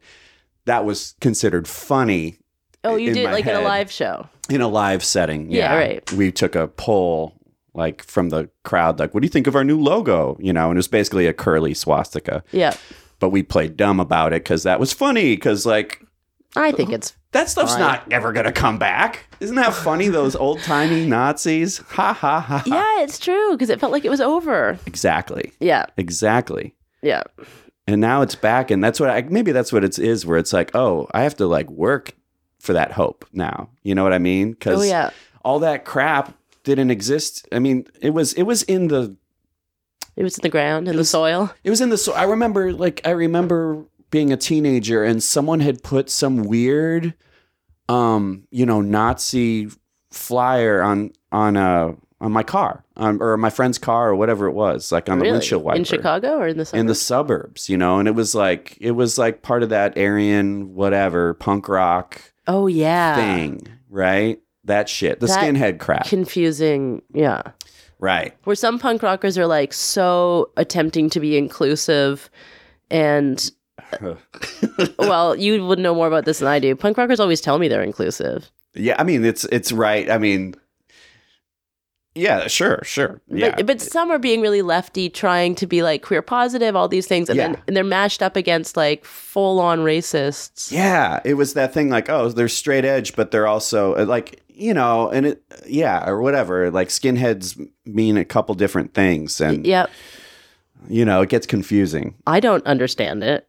C: that was considered funny
A: Oh, you
C: in
A: did
C: my
A: like in a
C: head.
A: live show.
C: in a live setting.
A: Yeah, right.
C: We took a poll like from the crowd, like, what do you think of our new logo? You know, and it was basically a curly swastika,
A: Yeah,
C: but we played dumb about it because that was funny. Because like
A: I think it's
C: that stuff's
A: Fine.
C: not ever gonna come back. Isn't that
A: [LAUGHS]
C: funny? Those old timey Nazis. Ha ha ha. ha.
A: [LAUGHS] yeah, it's true because it felt like it was over.
C: Exactly.
A: Yeah,
C: Exactly.
A: yeah.
C: And now it's back, and that's what I maybe that's what it is. Where it's like, oh, I have to like work for that hope now. You know what I mean? Because
A: Oh, yeah.
C: all that crap didn't exist. I mean, it was it was in the
A: It was in the ground in the soil.
C: it was in the so I remember like I remember being a teenager and someone had put some weird um you know Nazi flyer on on uh on my car um, or my friend's car or whatever it was like [LAUGHS] on the windshield wiper
A: in Chicago or in the
C: in the
A: suburbs?
C: suburbs you know and it was like it was like part of that Aryan whatever punk rock
A: oh yeah
C: thing right that shit the
A: That
C: skinhead crap
A: confusing yeah
C: right
A: where some punk rockers are like so attempting to be inclusive
C: [COUGHS]
A: and well you would know more about this than i do punk rockers always tell me they're inclusive
C: Yeah, I mean it's it's right. I mean, yeah, sure, sure, yeah,
A: but, but some are being really lefty trying to be like queer positive all these things and
C: Yeah.
A: then and they're mashed up against like full-on racists
C: yeah. It was that thing like, oh, they're straight edge, but they're also uh, like, you know, and it, yeah, or whatever. Like skinheads mean a couple different things, and
A: yep
C: you know, it gets confusing.
A: i don't understand it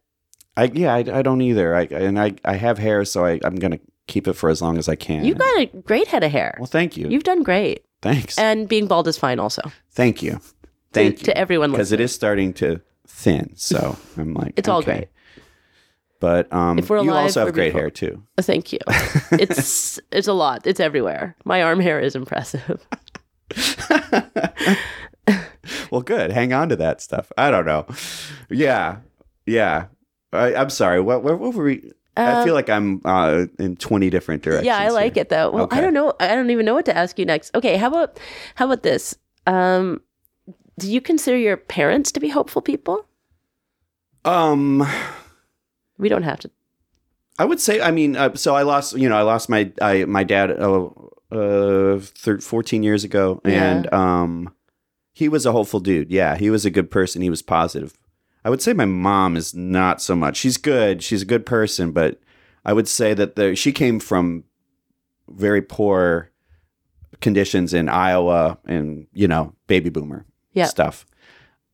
C: I yeah, I, I don't either. I and I I have hair, so I I'm gonna keep it for as long as I can.
A: you got a great head of hair
C: well, thank you,
A: you've done great
C: thanks,
A: and being bald is fine also
C: thank you, thank
A: to,
C: you,
A: to everyone
C: because it is starting to thin.
A: [LAUGHS]
C: So I'm like,
A: It's all
C: okay.
A: great.
C: But um,
A: If we're
C: you
A: alive,
C: also
A: we're
C: have great
A: beautiful.
C: hair too. [LAUGHS]
A: Thank you. It's it's a lot. It's everywhere. My arm hair is impressive.
C: [LAUGHS] Well, good. Hang on to that stuff. I don't know. Yeah, yeah. I, I'm sorry. What, what, what were we? [LAUGHS] I feel like I'm uh, in 20 different directions.
A: Um, Yeah, I like it though. Well, I
C: Okay.
A: don't know. I don't even know what to ask you next. Okay, how about how about this? Um, do you consider your parents to be hopeful people?
C: it. Um,
A: We don't have to.
C: I would say. I mean, uh, so I lost. You know, I lost my I, my dad. Oh, uh, thir- 14 years ago,
A: Yeah.
C: and um, he was a hopeful dude. Yeah, he was a good person. He was positive. I would say my mom is not so much. She's good. She's a good person, but I would say that the she came from very poor conditions in Iowa and you know baby boomer
A: Yeah.
C: stuff,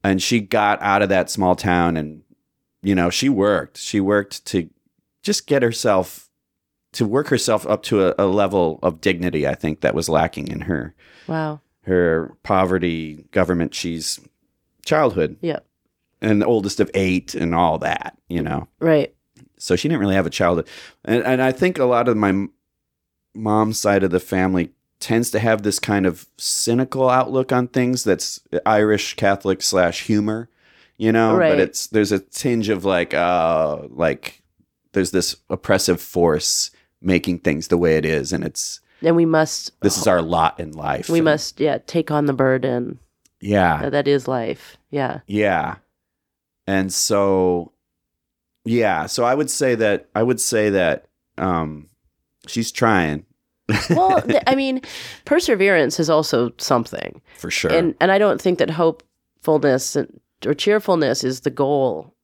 C: and she got out of that small town and you know she worked. She worked to just get herself to work herself up to a, a level of dignity. I think that was lacking in her
A: Wow.
C: her poverty, government, she's childhood
A: Yeah.
C: and the oldest of eight and all that, you know.
A: Right.
C: So she didn't really have a childhood. And, and I think a lot of my m- mom's side of the family tends to have this kind of cynical outlook on things that's Irish Catholic slash humor, you know,
A: Right.
C: but it's there's a tinge of like, uh, like there's this oppressive force making things the way it is. And it's,
A: And we must.
C: this is our lot in life.
A: Oh. We
C: And-
A: must. Yeah. Take on the burden.
C: Yeah.
A: that is life. Yeah.
C: Yeah. And so yeah, so I would say that I would say that um she's trying [LAUGHS]
A: Well, th- I mean, perseverance is also something.
C: for sure.
A: And and I don't think that hopefulness and, or cheerfulness is the goal.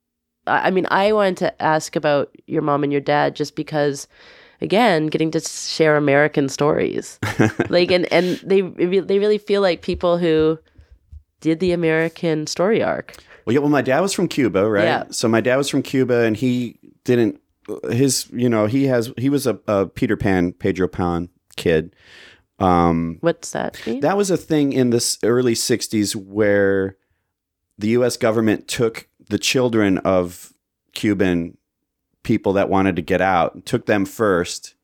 A: I, I mean, I wanted to ask about your mom and your dad just because, again, getting to share American
C: [LAUGHS]
A: stories, like and and they re- they really feel like people who did the American story arc.
C: well, yeah, well my dad was from Cuba, right?
A: Yeah.
C: So my dad was from Cuba and he didn't his you know, he has he was a, a Peter Pan, Pedro Pan kid. Um
A: What's that mean?
C: That was a thing in the s- early 60s where the US government took the children of Cuban people that wanted to get out, took them first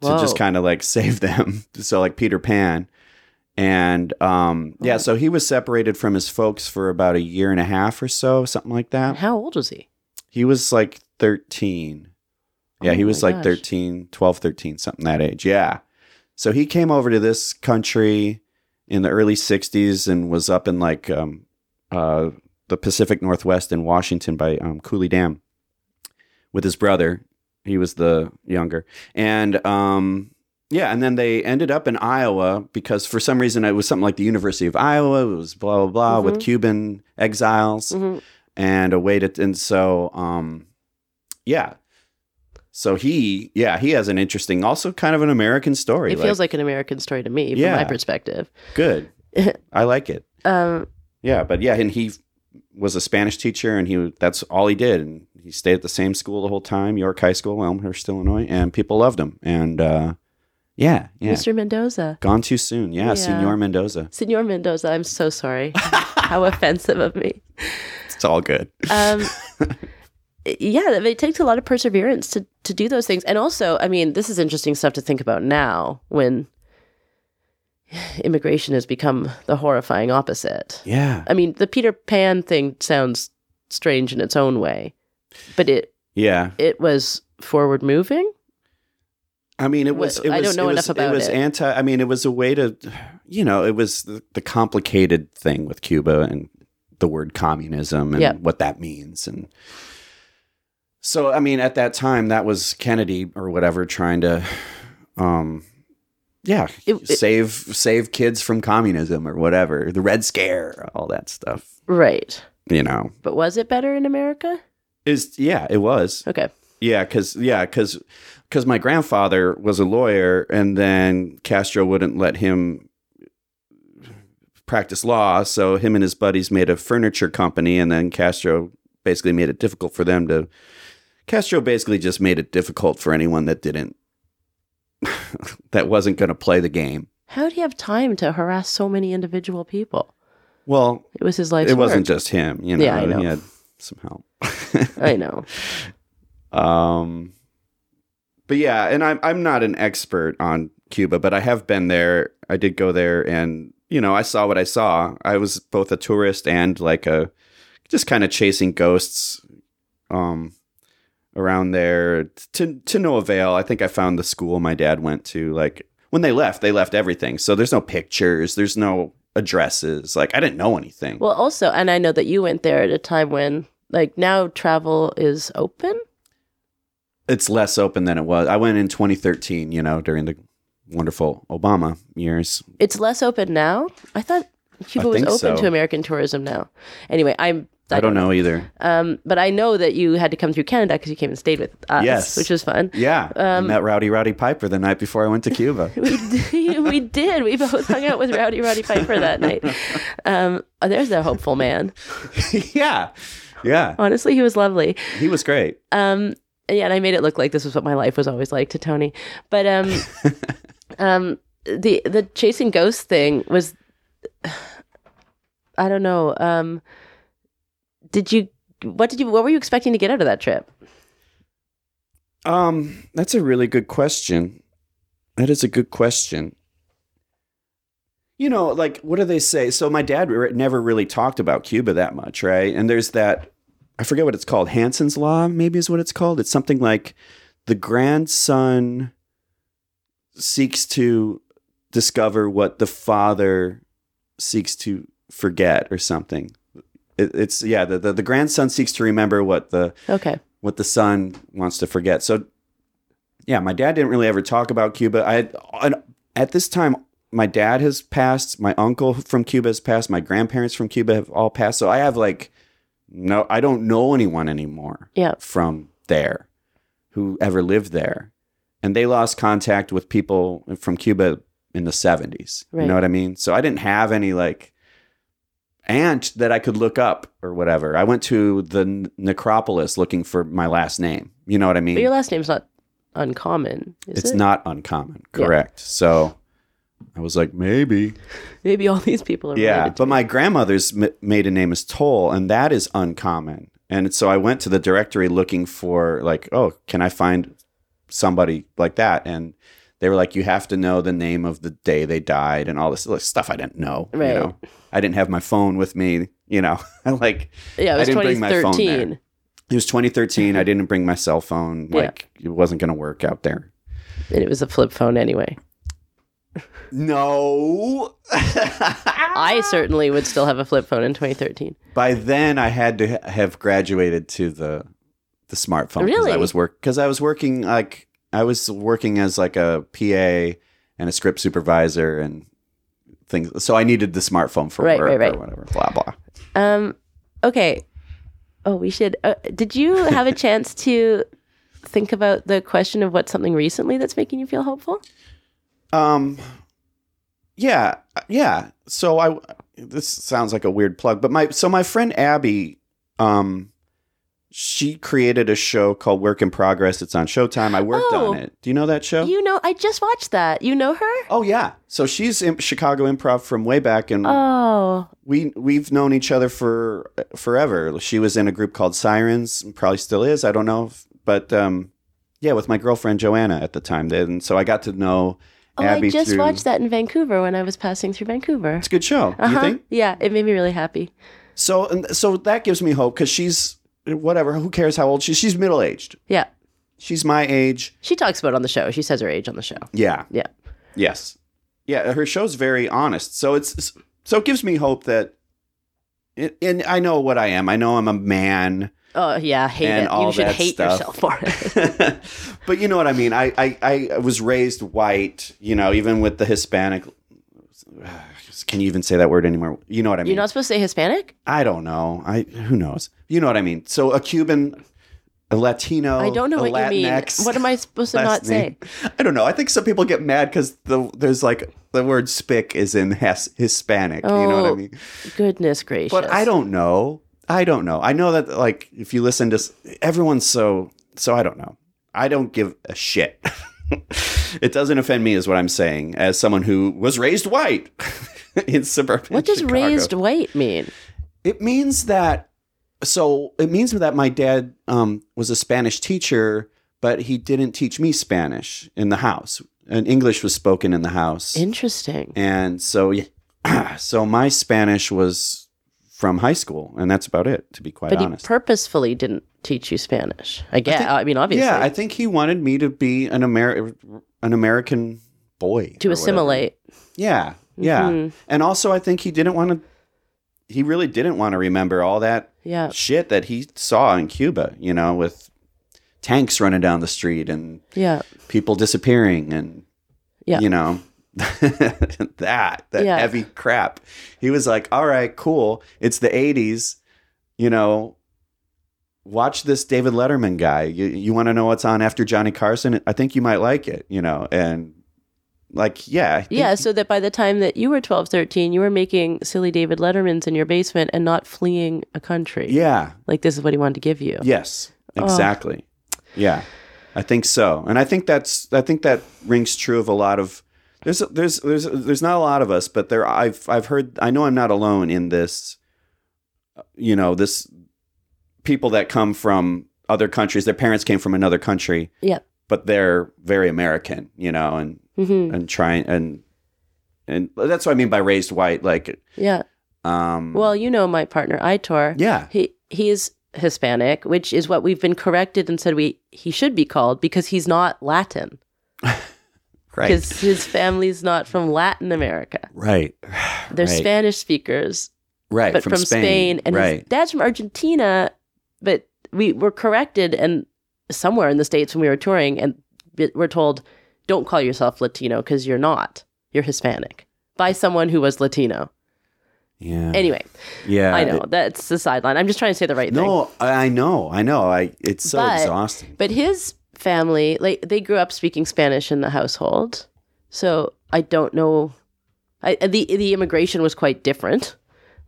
C: to just
A: Whoa.
C: kind of like save them. [LAUGHS] So, like Peter Pan. And um, yeah,
A: Right.
C: so he was separated from his folks for about a year and a half or so, something like that.
A: How old was he?
C: He was like 13. Yeah,
A: Oh
C: he was
A: my
C: like
A: gosh.
C: 13, 12, 13, something that age. Yeah. So he came over to this country in the early 60s and was up in like um, uh, the Pacific Northwest in Washington by um, Cooley Dam with his brother. He was the younger. And um, yeah, and then they ended up in Iowa because for some reason it was something like the University of Iowa. It was blah, blah, blah with
A: Mhm.
C: Cuban exiles
A: hmm
C: and a way to and so um yeah so he yeah he has an interesting also kind of an american story
A: It feels like an American story to me, from
C: Yeah.
A: my perspective. [LAUGHS]
C: good i like it
A: Um,
C: yeah but yeah and he was a spanish teacher and he that's all he did and he stayed at the same school the whole time york high school elmhurst illinois and people loved him and uh yeah yeah
A: Mr. Mendoza,
C: gone too soon yeah,
A: Yeah.
C: senor mendoza
A: Senor Mendoza, I'm so sorry. How offensive of me.
C: it's all good
A: um, yeah, it takes a lot of perseverance to to do those things. And also, I mean, this is interesting stuff to think about now when immigration has become the horrifying opposite.
C: yeah
A: I mean, the Peter Pan thing sounds strange in its own way, but it
C: yeah
A: it was forward moving.
C: I mean, it
A: Wh-
C: was. It was
A: I don't know
C: it
A: enough
C: was,
A: about
C: It was
A: it.
C: anti. I mean, it was a way to, you know, it was the, the complicated thing with Cuba and the word communism and
A: Yeah.
C: what that means, and so I mean, at that time, that was Kennedy or whatever trying to, um, yeah,
A: It- it-
C: save save kids from communism or whatever, the Red Scare, all that stuff.
A: Right.
C: You know,
A: But was it better in America?
C: is yeah, it was.
A: Okay.
C: Yeah, because yeah, because my grandfather was a lawyer, and then Castro wouldn't let him practice law, so him and his buddies made a furniture company, and then Castro basically made it difficult for them to. Castro basically just made it difficult for anyone that didn't, [LAUGHS] that wasn't going to play the game.
A: How do you have time to harass so many individual people?
C: Well,
A: It was his life.
C: it wasn't just him, you know.
A: Yeah, I know.
C: He had some help. [LAUGHS]
A: I know.
C: Um, but yeah, and I'm I'm not an expert on Cuba, but I have been there. I did go there, and you know, I saw what I saw. I was both a tourist and like a just kind of chasing ghosts, um, around there to to no avail. I think I found the school my dad went to. Like when they left, they left everything. So there's no pictures. There's no addresses. Like I didn't know anything.
A: Well, also, and I know that you went there at a time when, like, now travel is open.
C: it's less open than it was. I went in 2013, you know, during the wonderful Obama years.
A: It's less open now. I thought Cuba
C: I
A: was
C: think
A: open
C: so.
A: to American tourism now. Anyway, I'm.
C: I, don't know either.
A: Um, but I know that you had to come through Canada because you came and stayed with us,
C: Yes.
A: which was fun.
C: Yeah,
A: Um,
C: I met Rowdy Rowdy Piper the night before I went to Cuba. [LAUGHS]
A: We did, [LAUGHS] we did. We both hung out with Rowdy Rowdy Piper that
C: [LAUGHS]
A: night. Um, oh, there's a hopeful man.
C: yeah, yeah,
A: Honestly, he was lovely.
C: he was great.
A: Um, and yeah, and I made it look like this was what my life was always like to Tony. But
C: [LAUGHS]
A: um, um, the the chasing ghosts thing was, [SIGHS] I don't know. Um, did you? What did you? What were you expecting to get out of that trip?
C: Um, that's a really good question. That is a good question. You know, like what do they say? So my dad re- never really talked about Cuba that much, right? And there's that I forget what it's called. Hansen's law, maybe is what it's called. It's something like the grandson seeks to discover what the father seeks to forget or something. it, it's yeah the, the the grandson seeks to remember what the
A: Okay.
C: what the son wants to forget. So, yeah, my dad didn't really ever talk about Cuba. I had, and at this time, my dad has passed, my uncle from Cuba has passed, my grandparents from Cuba have all passed. So I have like no, I don't know anyone anymore
A: Yeah.
C: from there who ever lived there, and they lost contact with people from Cuba in the seventies. You
A: Right.
C: know what I mean? So I didn't have any like aunt that I could look up or whatever. I went to the n- necropolis looking for my last name. You know what I mean?
A: But your last name's not uncommon, is
C: it's
A: it?
C: not uncommon,
A: Yeah.
C: correct? So I was like, maybe,
A: Maybe all these people are
C: yeah.
A: related.
C: But my grandmother's m- maiden name is Toll, and that is uncommon. And so I went to the directory looking for like, oh, can I find somebody like that? And they were like, you have to know the name of the day they died and all this like, stuff I didn't know.
A: Right.
C: You know, I didn't have my phone with me. You know, [LAUGHS] like
A: Yeah, it
C: I
A: was
C: didn't bring my phone
A: 2013.
C: it was 2013 i didn't bring my cell phone
A: Yeah.
C: like it wasn't going to work out there
A: And it was a flip phone anyway.
C: [LAUGHS] no
A: I certainly would still have a flip phone in 2013.
C: by then i had to ha- have graduated to the the smartphone 'cause
A: Really?
C: i was work because i was working like i was working as like a pa and a script supervisor and things so i needed the smartphone for
A: Right,
C: work
A: right, right.
C: or whatever blah blah
A: Um, okay. Oh, we should. Uh, did you have
C: [LAUGHS]
A: a chance to think about the question of what's something recently that's making you feel hopeful?
C: Um, yeah, yeah. So I this sounds like a weird plug, but my so my friend Abby, um, she created a show called Work in Progress. It's on Showtime. I worked
A: Oh.
C: on it. Do you know that show?
A: You know, I just watched that. You know her?
C: oh yeah. So she's in Chicago improv from way back, and
A: Oh,
C: we we've known each other for forever. She was in a group called Sirens, and probably still is. I don't know, if- but um, yeah, with my girlfriend Joanna at the time. Then so I got to know
A: oh,
C: Abby
A: I just
C: through.
A: watched that in Vancouver when I was passing through Vancouver. Uh-huh.
C: It's a good show. You think?
A: Yeah, it made me really happy.
C: So and so that gives me hope because she's whatever. Who cares how old she? She's middle aged.
A: Yeah,
C: She's my age.
A: she talks about it on the show. She says her age on the show.
C: Yeah.
A: Yeah.
C: Yes. Yeah. Her show's very honest. So it's so it gives me hope that. It, and I know what I am. I know I'm a man. [LAUGHS]
A: Oh yeah, hate
C: And
A: it.
C: all
A: you should
C: that
A: hate
C: stuff.
A: yourself for
C: [LAUGHS]
A: it.
C: but you know what I mean. I, I I was raised white. You know, even with the Hispanic. [SIGHS] Can you even say that word anymore? You know what I mean.
A: You're not supposed to say Hispanic.
C: I don't know. I who knows. You know what I mean. So a Cuban, a Latino.
A: I don't know
C: a
A: what you mean.
C: oh, Latinx,
A: What am I supposed to
C: last
A: not
C: name.
A: say?
C: I don't know. I think some people get mad because the there's like the word "spick" is in Hes- Hispanic. You know what
A: Oh,
C: I mean?
A: Goodness gracious!
C: But I don't know. I don't know. I know that like if you listen to s- everyone's so so I don't know. I don't give a shit. [LAUGHS] it doesn't offend me, is what I'm saying, as someone who was raised white [LAUGHS] in suburban.
A: What does
C: Chicago.
A: raised white mean?
C: It means that. So it means that my dad um, was a Spanish teacher, but he didn't teach me Spanish in the house, and English was spoken in the house.
A: Interesting.
C: and so, yeah, [CLEARS THROAT] so my Spanish was from high school, and that's about it, to be quite
A: But he
C: honest.
A: purposefully didn't teach you Spanish. I guess. I, mean, obviously,
C: yeah, I think he wanted me to be an Amer- an American boy or
A: to
C: whatever.
A: assimilate.
C: Yeah, yeah,
A: Mhm.
C: and also I think he didn't want to. He really didn't want to remember all that
A: Yeah.
C: shit that he saw in Cuba, you know, with tanks running down the street and
A: Yeah.
C: people disappearing and
A: Yeah.
C: you know [LAUGHS] that that
A: Yeah.
C: heavy crap. He was like, "All right, cool. It's the 80s, you know, watch this David Letterman guy. You you want to know what's on after Johnny Carson? I think you might like it, you know." And like, yeah. I think-
A: Yeah, so that by the time that you were 12, 13, you were making silly David Lettermans in your basement and not fleeing a country.
C: Yeah.
A: Like this is what he wanted to give you.
C: Yes,
A: Oh.
C: exactly. Yeah, I think so, and I think that's I think that rings true of a lot of there's there's there's there's not a lot of us, but there I've I've heard I know I'm not alone in this. uh, You know this people that come from other countries. Their parents came from another country.
A: Yeah.
C: But they're very American, you know, and
A: hmm
C: and trying and and that's what I mean by raised white. Like,
A: Yeah.
C: um,
A: Well, you know my partner Itor.
C: yeah,
A: He he is Hispanic, which is what we've been corrected and said we he should be called because he's not Latin.
C: right,
A: Because his family's not from Latin America.
C: right, [SIGHS]
A: They're
C: Right.
A: Spanish speakers
C: right
A: but from, Spain, and his
C: right
A: dad's from Argentina. But we were corrected and somewhere in the states when we were touring, and bi- we're told, "Don't call yourself Latino because you're not. You're Hispanic." By someone who was Latino.
C: yeah
A: Anyway,
C: yeah
A: I know that's the sideline. I'm just trying to say the right thing.
C: no I I know I know I it's so
A: But-
C: exhausting
A: But his family, like they grew up speaking Spanish in the household. So I don't know. I the the immigration was quite different.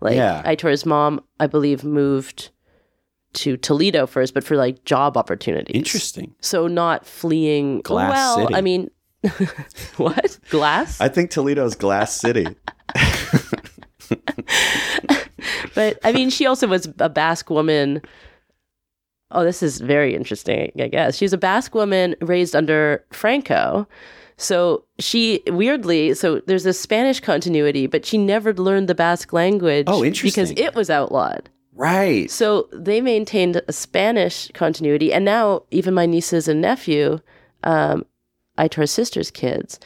A: Like
C: Yeah.
A: Aitor's mom, I believe, moved to Toledo first, but for like job opportunities.
C: interesting
A: So not fleeing.
C: Glass
A: well,
C: City.
A: I mean, [LAUGHS] what glass?
C: I think Toledo's Glass City
A: but I mean, she also was a Basque woman. Oh, this is very interesting, I guess. She's a Basque woman raised under Franco. So she weirdly, so there's this Spanish continuity, but she never learned the Basque language.
C: Oh, interesting.
A: Because it was outlawed.
C: [LAUGHS] right
A: So they maintained a Spanish continuity. And now, even my nieces and nephew, um, Aitor's sister's kids,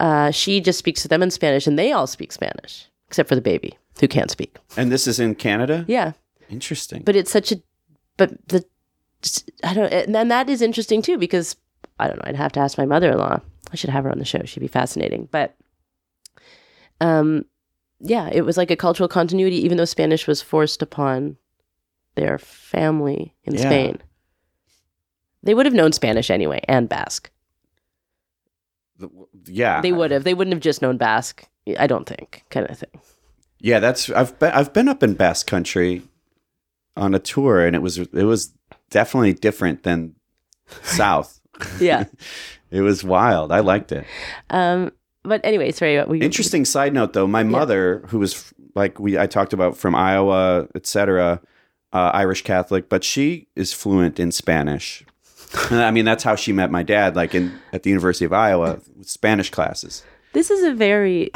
A: uh, she just speaks to them in Spanish, and they all speak Spanish, except for the baby who can't speak.
C: and this is in Canada
A: Yeah
C: interesting
A: but it's such a but the i don't and then that is interesting too because i don't know i'd have to ask my mother-in-law i should have her on the show she'd be fascinating but um yeah it was like a cultural continuity even though spanish was forced upon their family in
C: Yeah.
A: spain they would have known spanish anyway and basque
C: yeah
A: they would have they wouldn't have just known basque i don't think kind of thing
C: Yeah, that's I've been I've been up in Basque Country on a tour, and it was it was definitely
A: [LAUGHS]
C: different than South.
A: yeah
C: [LAUGHS] it was wild. I liked it.
A: um but anyway sorry we
C: Interesting side note, though. My mother, who was like we I talked about from Iowa, etc., uh, Irish Catholic, but she is fluent in Spanish. And I mean, that's how she met my dad, like in at the University of Iowa, with Spanish classes.
A: This is a
C: [LAUGHS]
A: very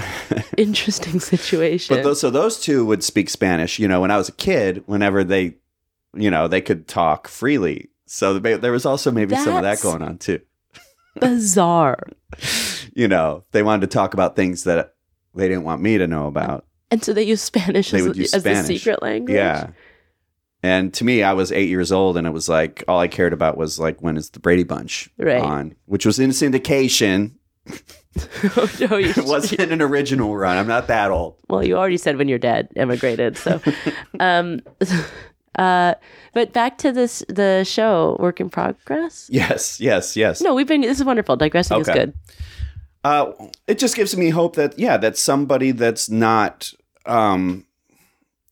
A: interesting situation.
C: But those, so those two would speak Spanish. You know, when I was a kid, whenever they, you know, they could talk freely. So the- there was also maybe some of
A: That's-
C: that going on too.
A: Bizarre.
C: You know, they wanted to talk about things that they didn't want me to know about.
A: And so they use Spanish
C: They
A: as,
C: would use
A: as
C: Spanish.
A: the secret language.
C: Yeah. And to me, I was eight years old, and it was like all I cared about was like when is the Brady Bunch
A: Right.
C: on, which was
A: [LAUGHS]
C: in syndication.
A: [LAUGHS] oh, no, you,
C: It wasn't an original run. I'm not that old.
A: well, you already said when your dad emigrated.
C: [LAUGHS]
A: So, um, [LAUGHS] uh, but back to this the show, work in progress.
C: Yes, yes, yes.
A: No, we've been. This is wonderful. Digressing is
C: Okay.
A: good.
C: uh, it just gives me hope that yeah that somebody that's not um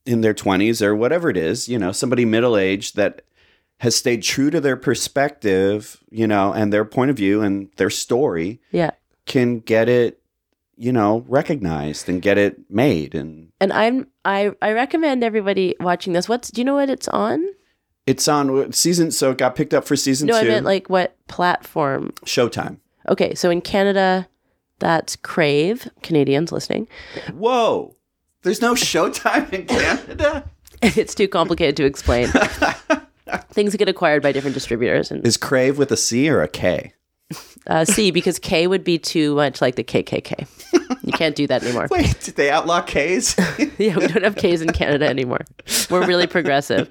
C: in their 20s or whatever it is you know somebody middle aged that has stayed true to their perspective you know and their point of view and their story
A: Yeah.
C: can get it you know recognized and get it made and
A: And I'm I I recommend everybody watching this. What's do you know what it's on?
C: it's on season so it got picked up for season
A: no,
C: two
A: I meant like what platform
C: showtime
A: Okay, so in Canada, that's Crave, Canadians listening.
C: whoa there's no showtime in canada
A: [LAUGHS] It's too complicated to explain. Things get acquired by different distributors. And
C: is crave with a c or a k
A: uh, C, because K would be too much like the KKK. You can't do that anymore.
C: wait did they outlaw [LAUGHS] k's
A: Yeah, we don't have K's in Canada anymore. We're really progressive.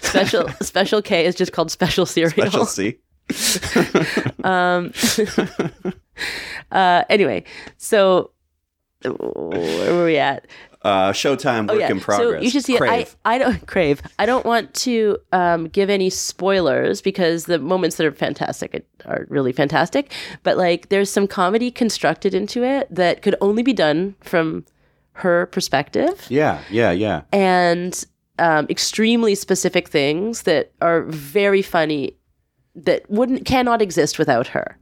A: Special special K is just called special cereal.
C: special c
A: Um, uh, anyway, so uh, where were we at?
C: uh, Showtime work in progress.
A: Oh, So you should see
C: Crave.
A: it. I, I don't [LAUGHS] crave. I don't want to um, give any spoilers because the moments that are fantastic are really fantastic. But like, there's some comedy constructed into it that could only be done from her perspective
C: yeah, yeah, yeah.
A: and um, extremely specific things that are very funny that wouldn't cannot exist without her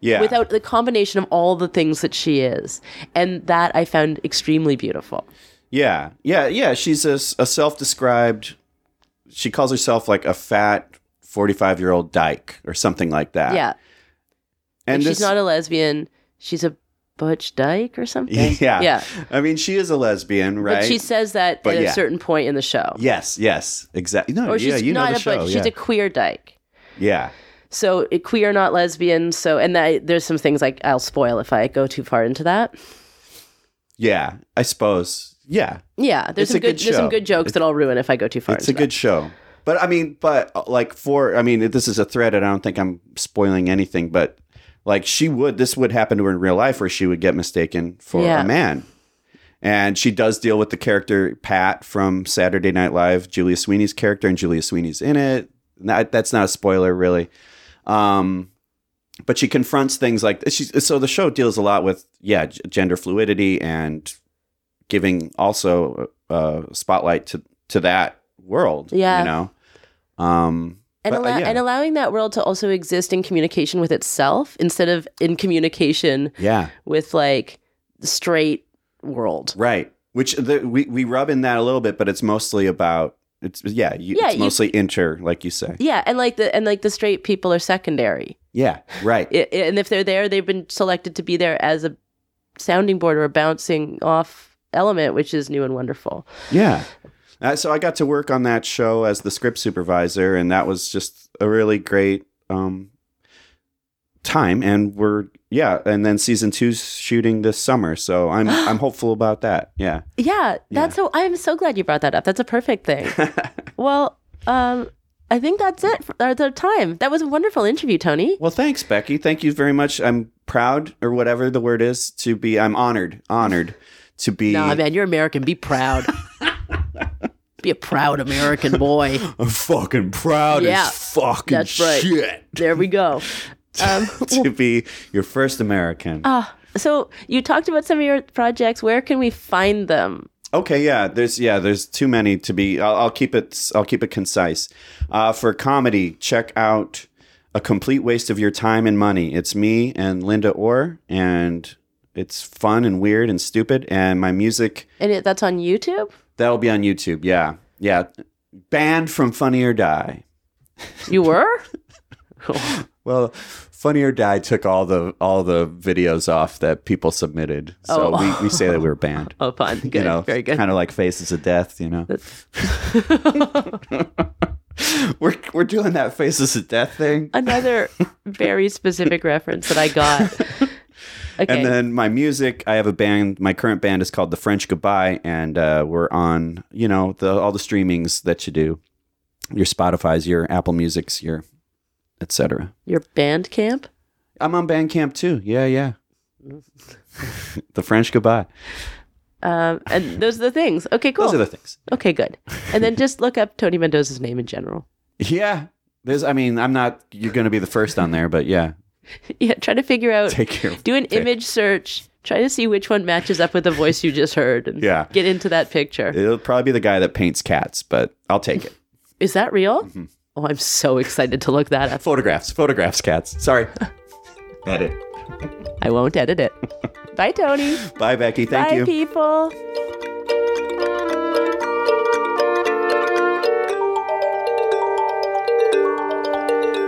C: Yeah.
A: without the combination of all the things that she is and that i found extremely beautiful
C: yeah. Yeah, yeah. She's a, s- a self described, she calls herself like a fat 45 year old dyke or something like that.
A: yeah
C: And
A: Like,
C: this,
A: she's not a lesbian. She's a butch dyke or something.
C: [LAUGHS] yeah.
A: yeah.
C: I mean, she is a lesbian, right?
A: But she says that
C: But
A: at
C: yeah.
A: a certain point in the show.
C: Yes, yes, exactly. No,
A: Or
C: yeah,
A: she's
C: you know
A: not
C: the
A: a
C: show.
A: butch.
C: yeah.
A: She's a queer dyke.
C: yeah.
A: So a queer, not lesbian. So and that, there's some things like I'll spoil if I go too far into that.
C: Yeah, I suppose. yeah,
A: Yeah, there's
C: It's
A: some
C: a
A: good,
C: good
A: there's some
C: show.
A: good jokes that I'll ruin if I go too far.
C: it's
A: into
C: a good show. But I mean, but uh, like for I mean, this is a thread, and I don't think I'm spoiling anything. But like, she would this would happen to her in real life, where she would get mistaken for
A: Yeah.
C: a man, and she does deal with the character Pat from Saturday Night Live, Julia Sweeney's character, and Julia Sweeney's in it. That, that's not a spoiler, really. Um, but she confronts things like she's, so the show deals a lot with yeah g- gender fluidity and giving also uh spotlight to to that world
A: Yeah.
C: you know um
A: and,
C: but, uh,
A: allow-
C: yeah.
A: and allowing that world to also exist in communication with itself instead of in communication
C: yeah
A: with like the straight world.
C: right which the, we we rub in that a little bit but it's mostly about it's yeah, you,
A: Yeah,
C: it's
A: you-
C: mostly inter like you say
A: Yeah, and like the and like the straight people are secondary,
C: yeah right
A: I- I- and if they're there, they've been selected to be there as a sounding board or a bouncing off element, which is new and wonderful.
C: Yeah. Uh, so I got to work on that show as the script supervisor, and that was just a really great um, time. And we're yeah, and then season two's shooting this summer, so [GASPS] I'm I'm hopeful about that. Yeah.
A: Yeah, that's so. I'm so glad you brought that up. That's a perfect thing. well, um, I think that's it for our third time. That was a wonderful interview, Tony.
C: Well, thanks, Becky. Thank you very much. I'm proud, or whatever the word is, to be. I'm honored, honored to be
A: Nah, man, you're American. Be proud. Be a proud American boy.
C: I'm fucking proud
A: Yeah,
C: fucking
A: that's right. [LAUGHS] There we go. Um,
C: to be your first American.
A: ah, so you talked about some of your projects. Where can we find them?
C: Okay, yeah, there's yeah, there's too many to be. I'll, I'll keep it. I'll keep it concise. Uh, for comedy, check out a complete waste of your time and money. It's me and Linda Orr, and it's fun and weird and stupid. And my music
A: And it, that's on YouTube.
C: that'll be on YouTube. Yeah, yeah, banned from Funny or Die.
A: You were?
C: Well, Funny or Die took all the all the videos off that people submitted, so
A: Oh.
C: we, we say that [LAUGHS] we were banned.
A: Oh, fun. Good.
C: you know,
A: Very good.
C: Kind of like Faces of Death, you know. [LAUGHS] we're we're doing that Faces of Death thing, [LAUGHS]
A: Another very specific reference that I got. Okay.
C: and then my music. I have a band. My current band is called The French Goodbye, and uh, we're on you know the all the streamings that you do, your Spotify's, your Apple Music's, your etc.
A: your band camp?
C: I'm on Bandcamp too. Yeah, yeah. [LAUGHS] the French Goodbye.
A: Um, and those are the things. Okay, cool.
C: Those are the things.
A: okay, good. And then just look up Tony Mendoza's name in general. [LAUGHS]
C: Yeah. There's, I mean, I'm not, you're going to be the first on there, but yeah.
A: Yeah, try to figure out.
C: Take your
A: do an
C: pick.
A: image search. Try to see which one matches up with the voice you just heard. And
C: Yeah.
A: Get into that picture.
C: It'll probably be the guy that paints cats, but I'll take it.
A: Is that real?
C: Mm-hmm.
A: Oh, I'm so excited to look that up.
C: photographs, photographs, cats. [LAUGHS] Sorry. Edit.
A: I won't edit
C: [LAUGHS]
A: it. Bye, Tony.
C: Bye, Becky. Thank
A: Bye,
C: you.
A: people.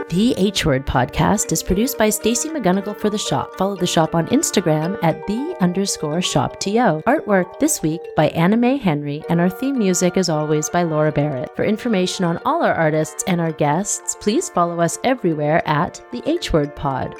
E: The H Word podcast is produced by Stacey McGonigal for The Shop. Follow The Shop on Instagram at the underscore shop to. Artwork this week by Anime Henry, and our theme music, as always, by Laura Barrett. For information on all our artists and our guests, please follow us everywhere at The H Word Pod.